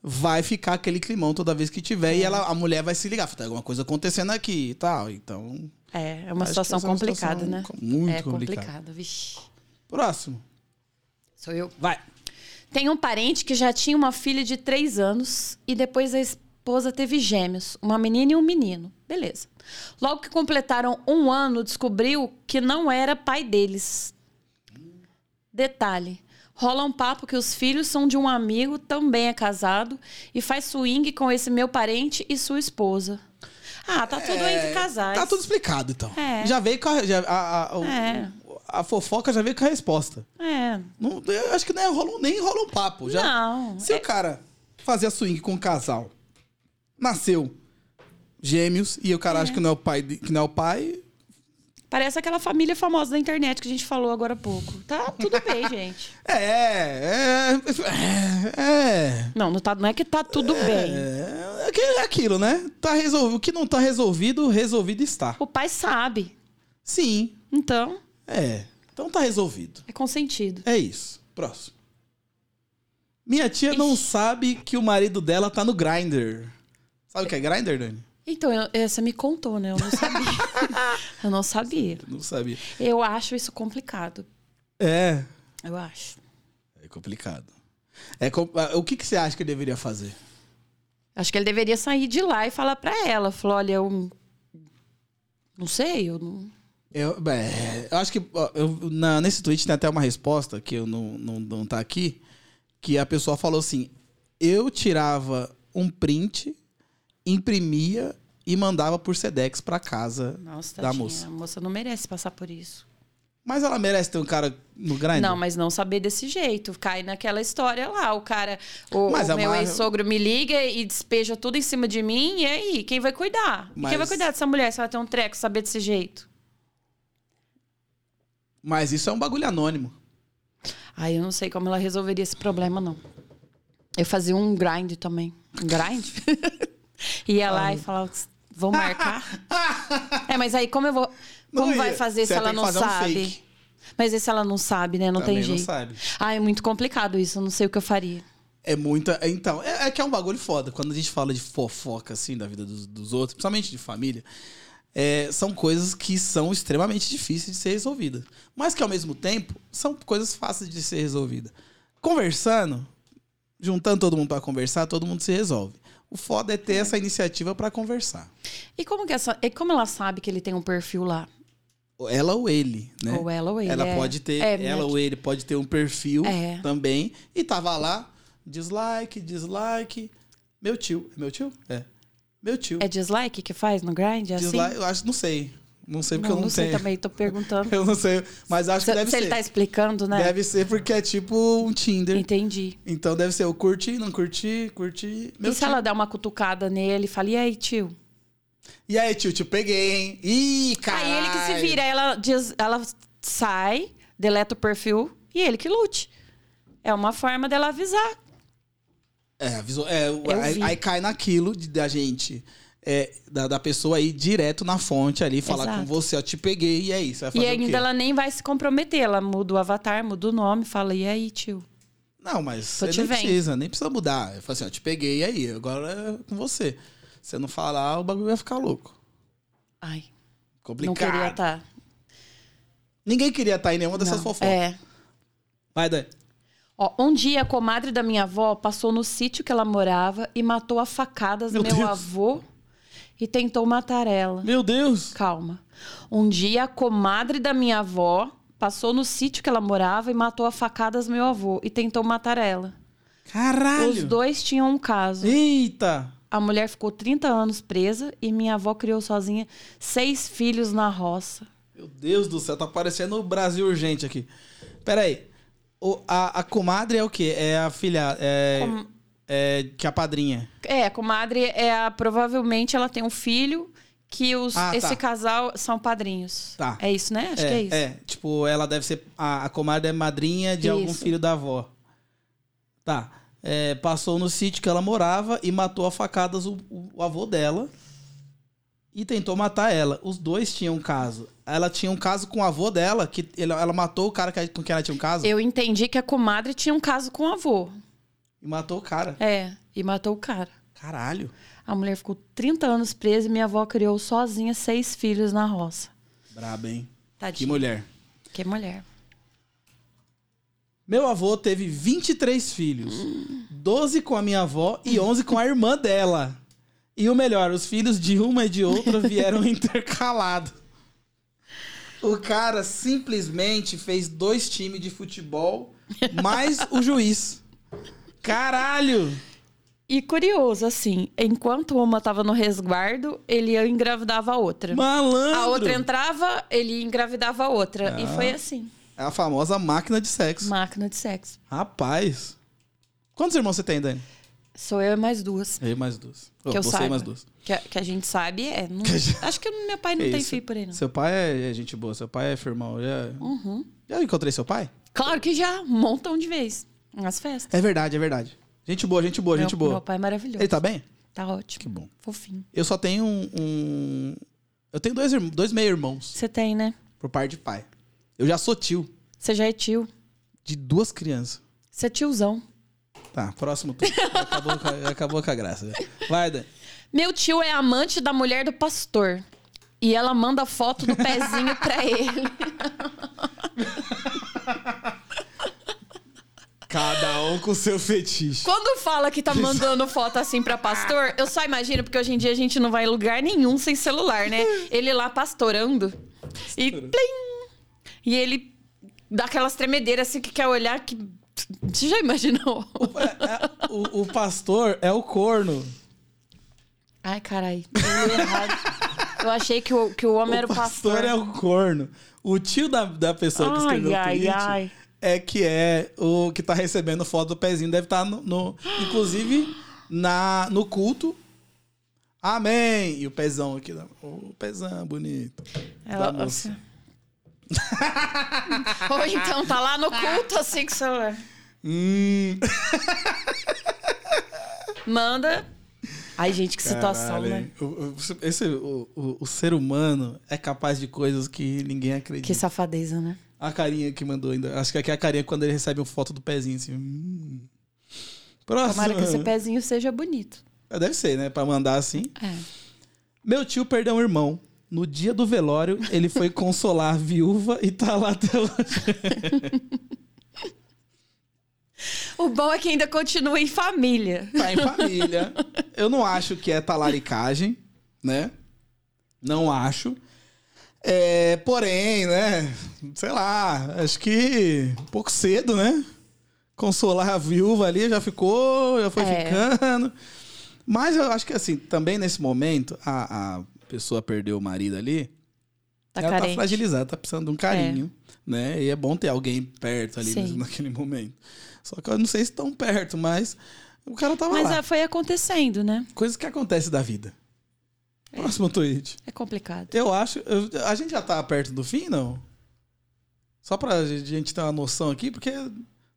S2: vai ficar aquele climão toda vez que tiver
S4: É.
S2: e ela a mulher vai se ligar, "Tá, tem alguma coisa acontecendo aqui e tal. Então,
S4: É, é
S2: acho
S4: uma
S2: que
S4: situação
S2: essa é uma
S4: complicada,
S2: situação
S4: né?
S2: com- Muito
S4: é
S2: complicada.
S4: complicado, vixi.
S2: Próximo.
S4: Sou eu.
S2: Vai.
S4: Tem um parente que já tinha uma filha de três anos e depois a esposa teve gêmeos, uma menina e um menino. Beleza. Logo que completaram um ano, descobriu que não era pai deles. Detalhe. Rola um papo que os filhos são de um amigo, também é casado, e faz swing com esse meu parente e sua esposa. Ah, tá tudo
S2: É,
S4: entre casais.
S2: Tá tudo explicado, então.
S4: É.
S2: Já veio com a, já- a, a- o-
S4: É.
S2: a fofoca já veio com a resposta.
S4: É.
S2: Não, eu acho que nem rola, um- nem rola um papo. tá Já,
S4: Não.
S2: Se o cara fazia swing com um casal, nasceu gêmeos e o cara acha que não é o pai, de- que não é o pai,
S4: Parece aquela família famosa da internet que a gente falou agora há pouco. Tá tudo bem, gente.
S2: é, é, é,
S4: Não, não, tá, não é que tá tudo bem.
S2: é, é que- é aquilo, né? Tá resolvido, o que não tá resolvido, resolvido está.
S4: O pai sabe.
S2: Sim,
S4: Então,
S2: é. Então tá resolvido.
S4: é consentido.
S2: É isso. Próximo. Minha tia não sabe que o marido dela tá no Grindr. Sabe o que é Grindr, Dani?
S4: Então, eu- eu- você me contou, né? Eu não sabia. eu não sabia.
S2: Não sabia.
S4: Eu acho isso complicado.
S2: É.
S4: Eu acho.
S2: É complicado. É com- ah, O que, que você acha que eu deveria fazer?
S4: Acho que ele deveria sair de lá e falar pra ela. Falou, olha, eu... Não sei, eu não...
S2: Eu, bem, eu acho que ó, eu- na- nesse tweet tem até uma resposta que eu não, não, não tá aqui. Que a pessoa falou assim: eu tirava um print, imprimia e mandava por Sedex pra casa.
S4: Nossa,
S2: Da
S4: tadinha,
S2: moça.
S4: a moça não merece passar por isso.
S2: Mas ela merece ter um cara no Grindr?
S4: Não, mas não saber desse jeito. Cai naquela história lá. O cara, o,
S2: Mas
S4: o
S2: é
S4: meu
S2: uma-
S4: ex-sogro me liga e despeja tudo em cima de mim. E aí, quem vai cuidar? E
S2: Mas-
S4: Quem vai cuidar dessa mulher se ela tem um treco, saber desse jeito?
S2: Mas isso é um bagulho anônimo.
S4: Aí eu não sei como ela resolveria esse problema, não. Eu fazia um grind também. Um grind? ia lá e falava, vou marcar. é, mas aí como eu vou. Como
S2: Não,
S4: vai
S2: e-
S4: fazer se
S2: você
S4: ela
S2: tem que
S4: não
S2: fazer um
S4: sabe?
S2: fake.
S4: Mas e se ela não sabe, né? Não
S2: Também
S4: tem jeito.
S2: não sabe.
S4: Ah, é muito complicado isso. Eu não sei o que eu faria.
S2: É muita. é, Então, é, é que é um bagulho foda. Quando a gente fala de fofoca, assim, da vida dos, dos outros, principalmente de família, é, são coisas que são extremamente difíceis de ser resolvidas. Mas que, ao mesmo tempo, são coisas fáceis de ser resolvidas. Conversando, juntando todo mundo pra conversar, todo mundo se resolve. O foda é ter essa iniciativa pra conversar.
S4: E como, que essa, e como ela sabe que ele tem um perfil lá?
S2: Ela ou ele, né?
S4: Ou ela ou ele,
S2: Ela
S4: é.
S2: pode ter,
S4: É,
S2: ela
S4: minha-
S2: ou ele pode ter um perfil
S4: É.
S2: também. E tava lá, dislike, dislike. Meu tio. É meu tio? É. Meu tio.
S4: É dislike que faz no grind? É assim?
S2: dislike, eu acho, não sei. Não sei porque
S4: não,
S2: eu não,
S4: não sei
S2: tenho.
S4: também, tô perguntando.
S2: Eu não sei, mas acho
S4: se
S2: que deve
S4: se
S2: ser.
S4: ele tá explicando, né?
S2: Deve ser porque é tipo um Tinder.
S4: Entendi.
S2: Então deve ser o curti, não curti, curti. Meu
S4: e se
S2: tio.
S4: ela der uma cutucada nele e fala, e aí, tio?
S2: E aí, tio, te peguei, hein? Ih, cara.
S4: Aí ele que se vira, aí ela, diz, ela sai, deleta o perfil e ele que lute. É uma forma dela avisar.
S2: É, avisou- é, o-
S4: Eu
S2: aí,
S4: vi.
S2: aí cai naquilo de- da gente, é, da, da pessoa ir direto na fonte ali, falar
S4: Exato.
S2: com você, eu te peguei e é isso. Vai fazer
S4: E
S2: o quê?
S4: ainda ela nem vai se comprometer. Ela muda o avatar, muda o nome, fala, e aí, tio?
S2: Não, mas
S4: Tô
S2: você
S4: te
S2: nem
S4: vendo.
S2: precisa, nem precisa mudar. Eu falo assim, ó, te peguei e aí, agora é com você. Se você não falar, o bagulho vai ficar louco.
S4: Ai, não
S2: Complicado.
S4: queria tá. estar.
S2: Ninguém queria estar em nenhuma dessas
S4: Não,
S2: fofocas.
S4: É.
S2: Vai, Dani.
S4: Ó, um dia a comadre da minha avó passou no sítio que ela morava e matou a facadas
S2: Meu
S4: meu,
S2: Deus.
S4: avô e tentou matar ela.
S2: Meu Deus.
S4: Calma. Um dia a comadre da minha avó passou no sítio que ela morava e matou a facadas meu avô e tentou matar ela.
S2: Caralho.
S4: Os dois tinham um caso.
S2: Eita.
S4: A mulher ficou 30 anos presa e minha avó criou sozinha seis filhos na roça.
S2: Meu Deus do céu, tá parecendo o Brasil Urgente aqui. Pera aí. O- a, a comadre é o quê? É a filha... É, é que é a padrinha.
S4: É, a comadre é a, provavelmente ela tem um filho que os,
S2: Ah, tá.
S4: esse casal são padrinhos.
S2: Tá.
S4: É isso, né? Acho
S2: é,
S4: que é isso.
S2: É, tipo, ela deve ser... A, a comadre é madrinha de algum
S4: Isso.
S2: filho da avó. Tá. É, passou no sítio que ela morava e matou a facadas o, o- o avô dela. E tentou matar ela. Os dois tinham um caso. Ela tinha um caso com o avô dela, que ele- ela matou o cara que- com quem ela tinha um caso.
S4: Eu entendi que a comadre tinha um caso com o avô.
S2: E matou o cara.
S4: É, e matou o cara.
S2: Caralho.
S4: A mulher ficou 30 anos presa e minha avó criou sozinha seis filhos na roça.
S2: Braba, hein? Que
S4: Tadinha.
S2: mulher.
S4: Que mulher.
S2: Meu avô teve 23 filhos. 12 com a minha avó e 11 com a irmã dela. E o melhor, os filhos de uma e de outra vieram intercalados. O cara simplesmente fez dois times de futebol, mais o juiz. Caralho!
S4: E curioso, assim, enquanto uma tava no resguardo, ele engravidava a outra.
S2: Malandro!
S4: A outra entrava, ele engravidava a outra. E foi assim.
S2: É a famosa máquina de sexo.
S4: Máquina de sexo.
S2: Rapaz. Quantos irmãos você tem, Dani?
S4: Sou eu e mais duas.
S2: Eu e mais duas.
S4: que eu
S2: você
S4: saiba.
S2: e mais duas.
S4: Que, a- que a gente sabe é. não-
S2: Que a gente-
S4: acho que meu pai não
S2: Que
S4: tem
S2: isso?
S4: filho por aí, não. Uhum.
S2: Seu pai é, é gente boa, seu pai é firmão. Já, já encontrei seu pai?
S4: Claro que já, um montão de vez. Nas festas.
S2: É verdade, é verdade. Gente boa, gente boa,
S4: meu,
S2: gente boa.
S4: meu pai é maravilhoso.
S2: Ele tá bem?
S4: Tá ótimo.
S2: Que bom.
S4: Fofinho.
S2: Eu só tenho um. um- Eu tenho dois, irm- dois meio-irmãos
S4: Você tem, né?
S2: por par de pai. Eu já sou tio
S4: Você já é tio.
S2: de duas crianças.
S4: Você é tiozão.
S2: Tá, próximo tema. acabou, com a- acabou com a graça. Vai, Dan.
S4: Meu tio é amante da mulher do pastor. E ela manda foto do pezinho pra ele.
S2: Cada um com seu fetiche.
S4: Quando fala que tá mandando foto assim pra pastor, eu só imagino, porque hoje em dia a gente não vai em lugar nenhum sem celular, né? Ele lá pastorando. E plim! E ele dá aquelas tremedeiras assim que quer olhar que. Você já imaginou?
S2: É, é, o, o pastor é o corno.
S4: Ai, carai. Eu li errado. Eu achei que o, que o homem era o pastor.
S2: pastor é o corno. O tio da, da pessoa que
S4: Ai,
S2: escreveu o
S4: ai,
S2: tweet
S4: ai.
S2: é que é o que tá recebendo foto do pezinho. Deve estar no, no- inclusive na no culto. Amém. E o pezão aqui, da- o pezão bonito.
S4: Ela-
S2: da
S4: assim.
S2: moça.
S4: Ou então tá lá no culto assim que o celular.
S2: Hum,
S4: Manda. Ai, gente, que situação,
S2: caralho,
S4: né?
S2: hein? O, o- esse, o, o- o ser humano é capaz de coisas que ninguém acredita.
S4: Que safadeza, né?
S2: A carinha que mandou ainda. Acho que aqui é a carinha quando ele recebe uma foto do pezinho, assim. hum. Próximo.
S4: Tomara que esse pezinho seja bonito.
S2: É, Deve ser, né? Pra mandar assim.
S4: É.
S2: Meu tio perdeu um irmão. No dia do velório, ele foi consolar a viúva e tá lá até hoje.
S4: O bom é que ainda continua em família.
S2: Tá em família. Eu não acho que é talaricagem, né? Não acho. É, porém, né? Sei lá, acho que um pouco cedo, né? Consolar a viúva ali já ficou, já foi
S4: É.
S2: ficando. Mas eu acho que assim, também nesse momento, a, a pessoa perdeu o marido ali.
S4: Tá
S2: ela tá
S4: carente.
S2: fragilizada, tá precisando de um carinho, né? E é bom ter alguém perto ali
S4: Sim.
S2: mesmo naquele momento. Só que eu não sei se tão perto, mas o cara tava
S4: Mas
S2: lá.
S4: ah, foi acontecendo, né?
S2: Coisas que acontecem da vida. Próximo tweet.
S4: É complicado.
S2: Eu acho... eu- a gente já tá perto do fim, não? Só pra gente ter uma noção aqui, porque...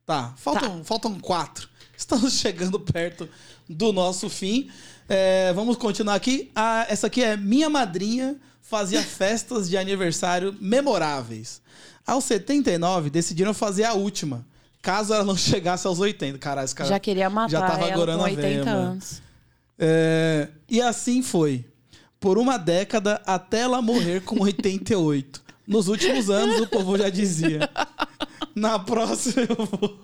S2: Tá, faltam, faltam quatro. Estamos chegando perto do nosso fim. É, vamos continuar aqui. Ah, essa aqui é Minha Madrinha fazia festas de aniversário memoráveis. Aos 79, decidiram fazer a última, Caso ela não chegasse aos 80. Caralho, esse cara.
S4: já queria matar
S2: já tava
S4: ela
S2: agorando
S4: com
S2: a
S4: 80
S2: veia, mano.
S4: anos.
S2: É, e assim foi. Por uma década até ela morrer com 88. Nos últimos anos, o povo já dizia. Na próxima eu vou.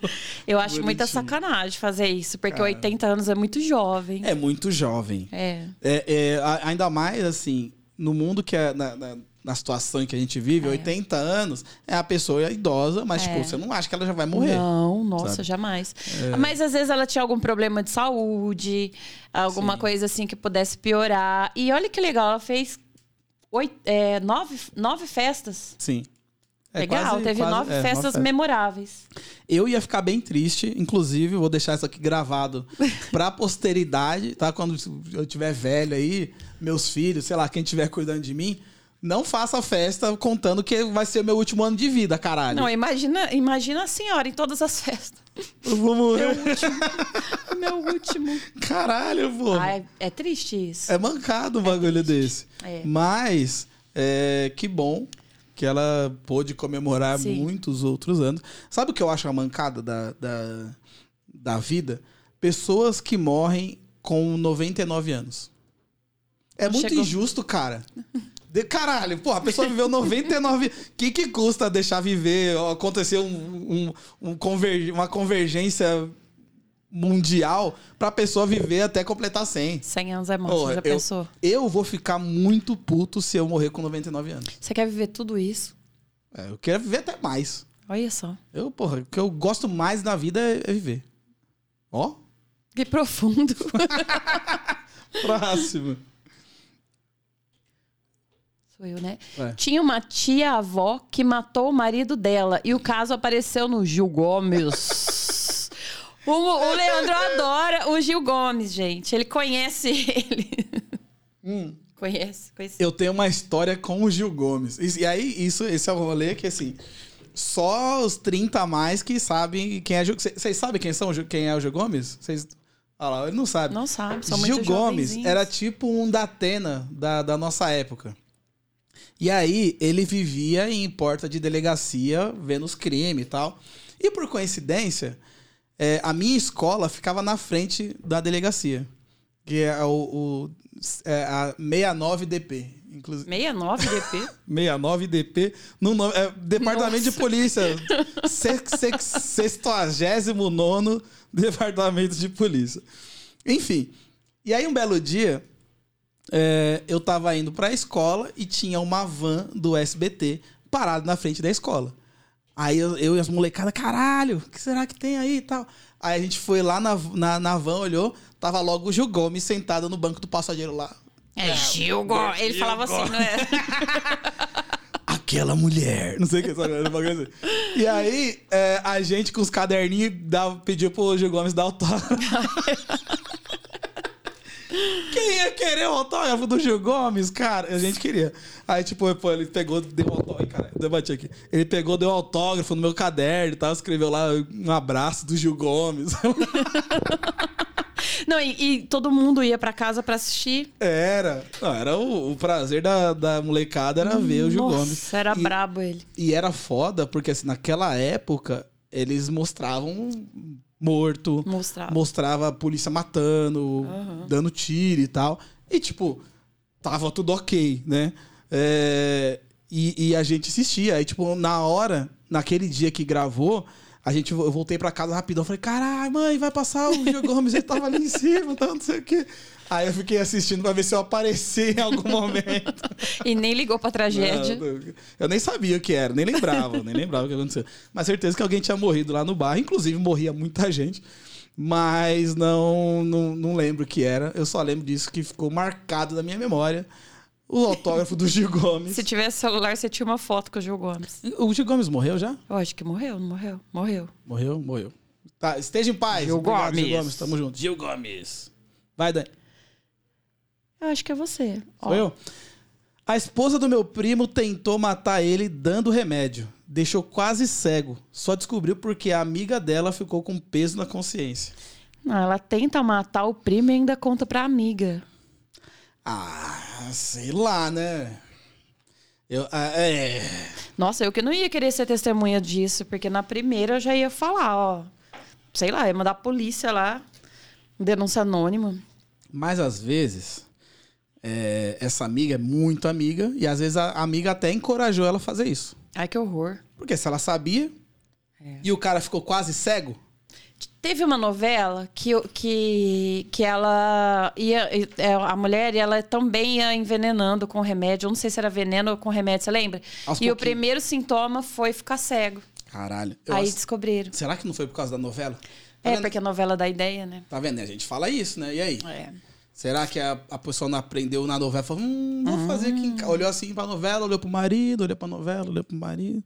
S4: Eu acho muita
S2: Bonitinho.
S4: sacanagem fazer isso, porque
S2: Cara.
S4: 80 anos é muito jovem.
S2: É muito jovem.
S4: É.
S2: É, é, a- ainda mais assim, no mundo que é. Na, na- na situação em que a gente vive, 80 anos, é a pessoa idosa, mas,
S4: É.
S2: tipo, você não acha que ela já vai morrer.
S4: Não, nossa,
S2: sabe? É.
S4: jamais. Mas às vezes ela tinha algum problema de saúde, alguma
S2: Sim.
S4: coisa assim que pudesse piorar. E olha que legal, ela fez oito, é, nove, nove festas.
S2: Sim. É
S4: legal,
S2: quase-
S4: teve
S2: quase-
S4: nove
S2: é,
S4: festas memoráveis.
S2: Eu ia ficar bem triste, inclusive, vou deixar isso aqui gravado pra posteridade, tá? Quando eu tiver velho aí, meus filhos, sei lá, quem estiver cuidando de mim, não faça festa contando que vai ser meu último ano de vida, caralho.
S4: Não, é imagina, imagina a senhora em todas as festas.
S2: Eu vou morrer.
S4: Meu último.
S2: Caralho, pô.
S4: Ah, é, é triste isso.
S2: É mancado um bagulho desse.
S4: É.
S2: Mas, é, que bom que ela pôde comemorar
S4: Sim.
S2: muitos outros anos. Sabe o que eu acho a mancada da, da, da vida? Pessoas que morrem com 99 anos. É
S4: Não
S2: muito
S4: chegou.
S2: injusto, cara. De, caralho, porra, a pessoa viveu 99. O que, que custa deixar viver? Acontecer um- um- um conver- uma convergência mundial pra pessoa viver até completar 100.
S4: 100 anos é
S2: Ô,
S4: morte, já
S2: eu-
S4: pensou?
S2: Eu vou ficar muito puto se eu morrer com 99 anos.
S4: Você quer viver tudo isso?
S2: É, eu quero viver até mais.
S4: Olha só.
S2: Eu, porra, o que eu gosto mais na vida é, é viver. Ó,
S4: Que profundo.
S2: próximo.
S4: Sou eu, né?
S2: É.
S4: Tinha uma tia-avó que matou o marido dela e o caso apareceu no Gil Gomes. O, o Leandro adora o Gil Gomes, gente. Ele conhece ele.
S2: Hum.
S4: Conhece, conhece.
S2: Eu tenho uma história com o Gil Gomes. E, e aí, isso, esse é o rolê que, assim, só os 30 a mais que sabem quem é Gil... Cê- Vocês sabem quem, são, o Gil- quem é o Gil Gomes? Vocês... Olha lá, ele não sabe.
S4: Não sabe, são muito
S2: Gil Gomes
S4: jovenzinhos.
S2: era tipo um da Atena da, da nossa época. E aí, ele vivia em porta de delegacia, vendo os crimes e tal. E por coincidência, é, a minha escola ficava na frente da delegacia. Que é o, o é a 69DP. Inclusive,
S4: 69 DP.
S2: 69DP, no nome, é, Departamento de
S4: Nossa.
S2: Polícia. Sex- sex- 69 Departamento de Polícia. Enfim. E aí, um belo dia, é, eu tava indo pra escola e tinha uma van do SBT parada na frente da escola. Aí eu, eu e as molecadas, caralho, o que será que tem aí e tal? Aí a gente foi lá na, na, na van, olhou, tava logo o Gil Gomes sentado no banco do passageiro lá.
S4: É Gil Gomes. Ele falava assim, não é?
S2: aquela mulher. Não sei o que, sabe? Era um bagulho assim. E aí, é, a gente com os caderninhos dava, pediu pro Gil Gomes dar autógrafo. Quem ia querer o autógrafo do Gil Gomes, cara? A gente queria. Aí, tipo, pô, ele pegou, deu autógrafo. Cara, eu bati aqui. Ele pegou, deu um autógrafo no meu caderno e tal. Escreveu lá um abraço do Gil Gomes.
S4: Não, e, e todo mundo ia pra casa pra assistir.
S2: era. Não, era o, o prazer da, da molecada era ver o Gil
S4: Nossa,
S2: Gomes.
S4: era
S2: E-
S4: brabo ele.
S2: E era foda, porque assim, naquela época, eles mostravam morto,
S4: Mostrava.
S2: mostrava a polícia matando, dando tiro e tal. E tipo, tava tudo ok, né? É, e, e a gente assistia. Aí, tipo, na hora, naquele dia que gravou, a gente eu voltei pra casa rapidão. Falei, caralho, mãe, vai passar o Gil Gomes, ele tava ali em cima, tá, não sei o quê. Aí eu fiquei assistindo pra ver se eu aparecia em algum momento.
S4: E nem ligou pra tragédia.
S2: Não, não. eu nem sabia o que era, nem lembrava, nem lembrava o que aconteceu. Mas certeza que alguém tinha morrido lá no bar, inclusive morria muita gente. Mas não, não, não lembro o que era. Eu só lembro disso que ficou marcado na minha memória. O autógrafo do Gil Gomes.
S4: Se tivesse celular, você tinha uma foto com o Gil Gomes.
S2: O Gil Gomes morreu já?
S4: Eu acho que morreu, não morreu? Morreu.
S2: Morreu? Morreu. Tá, esteja em paz.
S4: Gil Gomes.
S2: Gil Gomes. Tamo junto. Gil Gomes. Vai, Dani.
S4: Eu acho que é você. Ó,
S2: Sou eu? A esposa do meu primo tentou matar ele dando remédio. Deixou quase cego. Só descobriu porque a amiga dela ficou com peso na consciência.
S4: Não, ela tenta matar o primo e ainda conta pra amiga.
S2: Ah, sei lá, né? Eu, ah, é.
S4: Nossa, eu que não ia querer ser testemunha disso, porque na primeira eu já ia falar, ó. Sei lá, ia mandar a polícia lá. Denúncia anônima.
S2: Mas às vezes, é, essa amiga é muito amiga, e às vezes a amiga até encorajou ela a fazer isso.
S4: Ai, que horror.
S2: Porque se ela sabia,
S4: É.
S2: e o cara ficou quase cego,
S4: Teve uma novela que, eu- que, que ela ia. é, A mulher ela também ia envenenando com remédio. Eu não sei se era veneno ou com remédio, você lembra?
S2: Aos
S4: e o
S2: pouquinhos.
S4: primeiro sintoma foi ficar cego.
S2: caralho. eu
S4: Aí
S2: acho-
S4: descobriram.
S2: Será que não foi por causa da novela? Tá
S4: É,
S2: vendo?
S4: porque a novela dá ideia, né?
S2: Tá vendo? né? A gente fala isso, né? E aí?
S4: É.
S2: Será que a, a pessoa não aprendeu na novela? Falou, hum, vou fazer aqui em casa. Olhou assim pra novela, olhou pro marido, olhou pra novela, olhou pro marido.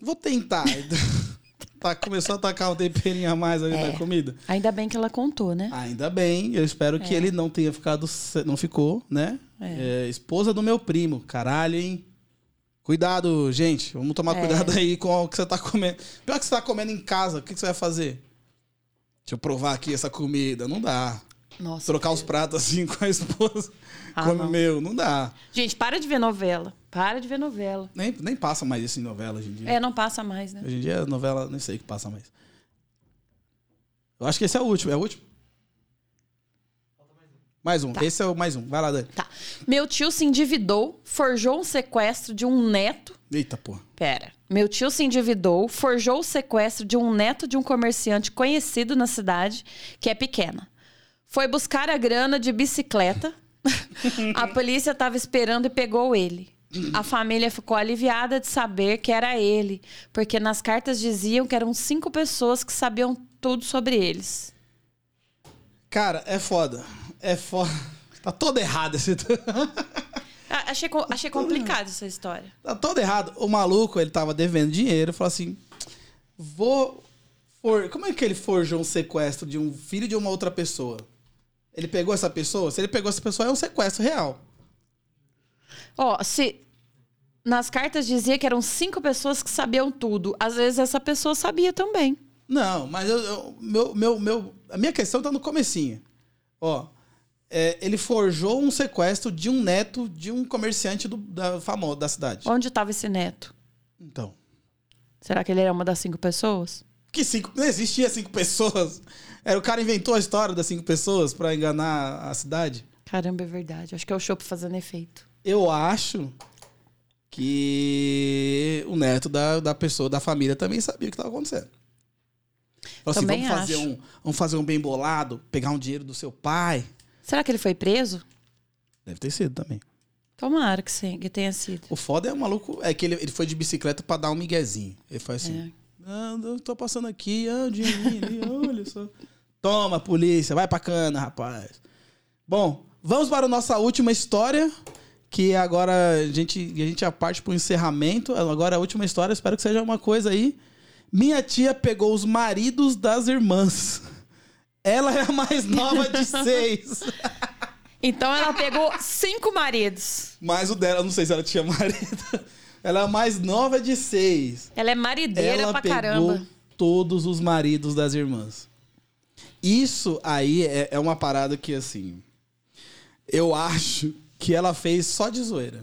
S2: Vou tentar. tá, começou a tacar um temperinho a mais ali na comida.
S4: Ainda bem que ela contou, né?
S2: Ainda bem, eu espero que ele não tenha ficado. ce- Não ficou, né? É, esposa do meu primo. Caralho, hein? Cuidado, gente. Vamos tomar cuidado aí com o que você tá comendo. Pior que você tá comendo em casa, o que que você vai fazer? Deixa eu provar aqui essa comida. Não dá.
S4: Nossa.
S2: Trocar os pratos assim com a esposa.
S4: Ah,
S2: Come
S4: não.
S2: meu, não dá.
S4: Gente, para de ver novela. Para de ver novela.
S2: Nem, nem passa mais isso em novela hoje em dia.
S4: É, não passa mais, né?
S2: Hoje em dia, novela, nem sei o que passa mais. Eu acho que esse é o último, é o último? Mais um, esse é o mais um. Vai lá, Dani.
S4: Tá. Meu tio se endividou, forjou um sequestro de um neto.
S2: Eita, porra.
S4: Pera. Meu tio se endividou, forjou o sequestro de um neto de um comerciante conhecido na cidade, que é pequena. Foi buscar a grana de bicicleta. a polícia estava esperando e pegou ele. A família ficou aliviada de saber que era ele, porque nas cartas diziam que eram cinco pessoas que sabiam tudo sobre eles.
S2: Cara, é foda. É foda. Tá todo errado esse.
S4: A- Ah, Achei, co- achei complicado essa história.
S2: tá todo errado. O maluco, ele tava devendo dinheiro, falou assim: vou. For... Como é que ele forjou um sequestro de um filho de uma outra pessoa? Ele pegou essa pessoa? Se ele pegou essa pessoa, é um sequestro real.
S4: Ó, se. Nas cartas dizia que eram cinco pessoas que sabiam tudo. Às vezes essa pessoa sabia também.
S2: Não, mas eu, eu- meu, meu, meu, a minha questão tá no comecinho. Ó, é, ele forjou um sequestro de um neto de um comerciante do, da, famoso da cidade.
S4: Onde estava esse neto?
S2: Então,
S4: Será que ele era uma das cinco pessoas?
S2: que cinco, não existia cinco pessoas. Era, o cara inventou a história das cinco pessoas pra enganar a cidade.
S4: Caramba, é verdade. Acho que é o chopp fazendo efeito.
S2: Eu acho que o neto da, da pessoa, da família, também sabia o que estava acontecendo. Falou assim,
S4: Também
S2: vamos fazer,
S4: acho.
S2: um, vamos fazer um bem bolado, pegar um dinheiro do seu pai.
S4: Será que ele foi preso?
S2: Deve ter sido também.
S4: Tomara que, sim, que tenha sido.
S2: O foda é o maluco. É que ele, ele foi de bicicleta pra dar um miguezinho. Ele foi
S4: É.
S2: assim: ah, eu tô passando aqui, ah, o dinheirinho ali, olha só. Toma, polícia, vai pra cana, rapaz. Bom, vamos para a nossa última história. Que agora a gente, a gente já parte pro encerramento. Agora a última história, espero que seja uma coisa aí. Minha tia pegou os maridos das irmãs. Ela é a mais nova de seis.
S4: Então ela pegou cinco maridos.
S2: Mas o dela, eu não sei se ela tinha marido. Ela é a mais nova de seis.
S4: Ela é marideira
S2: ela
S4: pra
S2: pegou
S4: caramba.
S2: todos os maridos das irmãs. Isso aí é, é uma parada que, assim. Eu acho que ela fez só de zoeira.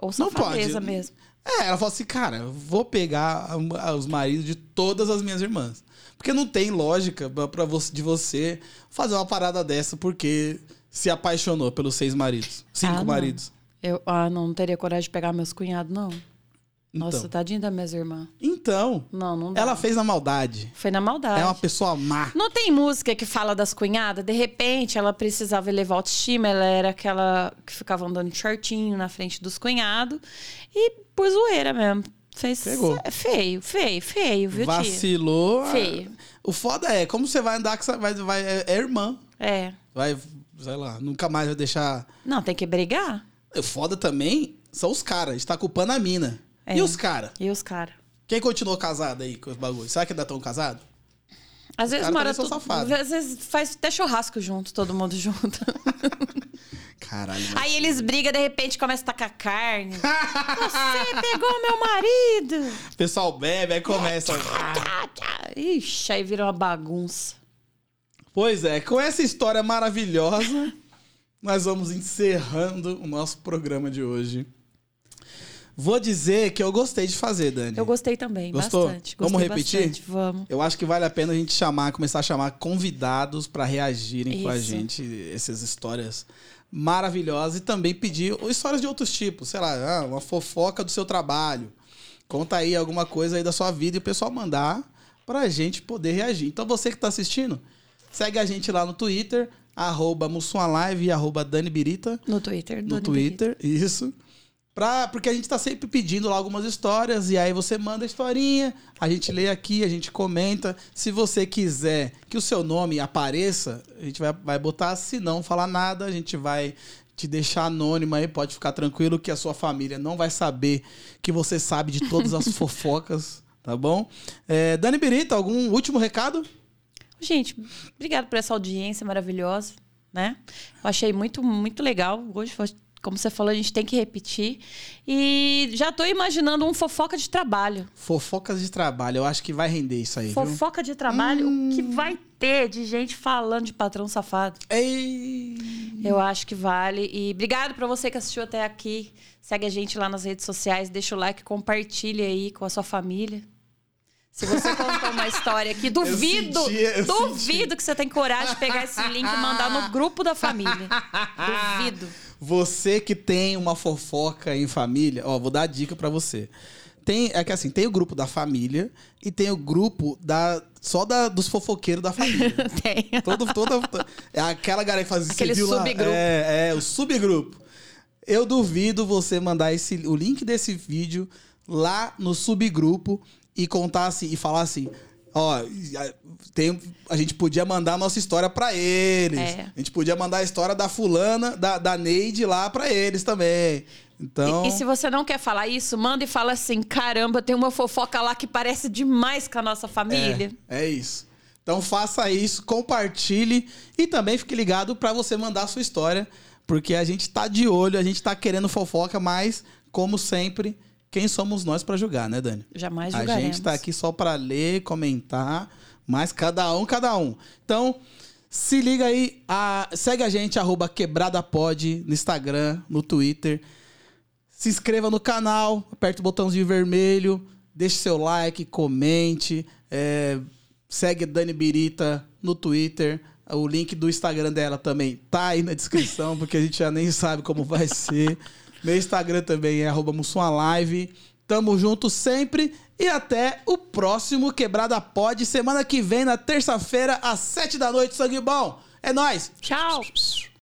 S4: Ou
S2: Não pode.
S4: safadeza mesmo.
S2: É, ela falou assim, cara, eu vou pegar a- a- os maridos de todas as minhas irmãs. Porque não tem lógica pra- pra você, de você fazer uma parada dessa porque se apaixonou pelos seis maridos.
S4: Ah,
S2: Cinco
S4: não.
S2: maridos.
S4: Eu, ah, não, não teria coragem de pegar meus cunhados, não. Nossa,
S2: Então.
S4: tadinho da minhas irmãs.
S2: Então,
S4: Não, não dá.
S2: ela fez na maldade.
S4: Foi na maldade.
S2: É uma pessoa má.
S4: Não tem música que fala das cunhadas? De repente, ela precisava elevar a autoestima, ela era aquela que ficava andando de shortinho na frente dos cunhados. E por zoeira mesmo. Fez
S2: Pegou.
S4: é feio, feio, feio, viu, tia?
S2: Vacilou. ah.
S4: Feio.
S2: O foda é, como você vai andar com essa. Vai, vai, é, é irmã.
S4: É.
S2: Vai, sei lá, nunca mais vai deixar.
S4: Não, tem que brigar.
S2: O foda também são os caras. A gente tá culpando a mina.
S4: É.
S2: E os caras?
S4: E os caras?
S2: Quem continuou casado aí com os bagulhos? Será que ainda estão casados?
S4: Às vezes
S2: caras
S4: mora
S2: também são
S4: tudo.
S2: safados.
S4: Às vezes faz até churrasco junto, todo mundo junto.
S2: Caralho. mano.
S4: Aí eles brigam, de repente começa a tacar carne. Você pegou meu marido!
S2: O pessoal bebe, aí começa.
S4: Tá, tá. Ixi, aí vira uma bagunça.
S2: Pois é, com essa história maravilhosa, nós vamos encerrando o nosso programa de hoje. Vou dizer que eu gostei de fazer, Dani.
S4: Eu gostei também,
S2: Gostou?
S4: bastante.
S2: Vamos
S4: Gostei
S2: repetir?
S4: bastante, Vamos.
S2: Eu acho que vale a pena a gente chamar, começar a chamar convidados para reagirem com a
S4: Isso.
S2: gente essas histórias maravilhosas e também pedir histórias de outros tipos, sei lá, ah, uma fofoca do seu trabalho. Conta aí alguma coisa aí da sua vida e o pessoal mandar pra gente poder reagir. Então você que tá assistindo, segue a gente lá no Twitter, arroba Mussualive e arroba Dani Birita
S4: No Twitter.
S2: no
S4: Dona
S2: Twitter, isso. Pra, porque a gente tá sempre pedindo lá algumas histórias, e aí você manda a historinha, a gente lê aqui, a gente comenta. Se você quiser que o seu nome apareça, a gente vai, vai botar. Se não falar nada, a gente vai te deixar anônimo aí, pode ficar tranquilo que a sua família não vai saber que você sabe de todas as fofocas, tá bom? É, Dani Birita, algum último recado?
S4: Gente, obrigado por essa audiência maravilhosa, né? Eu achei muito, muito legal. Hoje, foi- como você falou, a gente tem que repetir. E já tô imaginando um fofoca de trabalho.
S2: Fofocas de trabalho, eu acho que vai render isso aí, viu? Hum.
S4: Fofoca de trabalho, o que vai ter de gente falando de patrão safado?
S2: Ei!
S4: Eu acho que vale. E obrigado pra você que assistiu até aqui. Segue a gente lá nas redes sociais, deixa o like, compartilha aí com a sua família. Se você contou uma história aqui, duvido,
S2: senti, eu
S4: duvido que você tem coragem de pegar esse link e mandar no grupo da família. Duvido.
S2: Você que tem uma fofoca em família, ó, vou dar a dica pra você. Tem, é que assim, tem o grupo da família e tem o grupo da só da, dos fofoqueiros da família.
S4: tem.
S2: Todo, toda, to- é aquela galera que faz você
S4: Aquele
S2: viu lá?
S4: subgrupo.
S2: É, é, o subgrupo. Eu duvido você mandar esse, o link desse vídeo lá no subgrupo e contar assim, e falar assim. Ó, a- tem, a gente podia mandar a nossa história pra eles.
S4: É.
S2: A gente podia mandar a história da fulana, da, da Neide lá pra eles também. Então.
S4: E, e se você não quer falar isso, manda e fala assim: caramba, tem uma fofoca lá que parece demais com a nossa família.
S2: É, é isso. Então faça isso, compartilhe e também fique ligado para você mandar a sua história, porque a gente tá de olho, a gente tá querendo fofoca, mas como sempre, quem somos nós para julgar, né, Dani?
S4: Jamais
S2: A
S4: julgaremos.
S2: gente tá aqui só para ler, comentar, mas cada um, cada um. Então, se liga aí, a- segue a gente, arroba quebradapod, no Instagram, no Twitter. Se inscreva no canal, aperta o botãozinho vermelho, deixe seu like, comente, é, segue Dani Birita no Twitter. O link do Instagram dela também tá aí na descrição, porque a gente já nem sabe como vai ser. Meu Instagram também é arroba mussualive. Tamo junto sempre e até o próximo Quebrada Pod, semana que vem, na terça-feira, às sete da noite, sangue bom. É nóis!
S4: Tchau.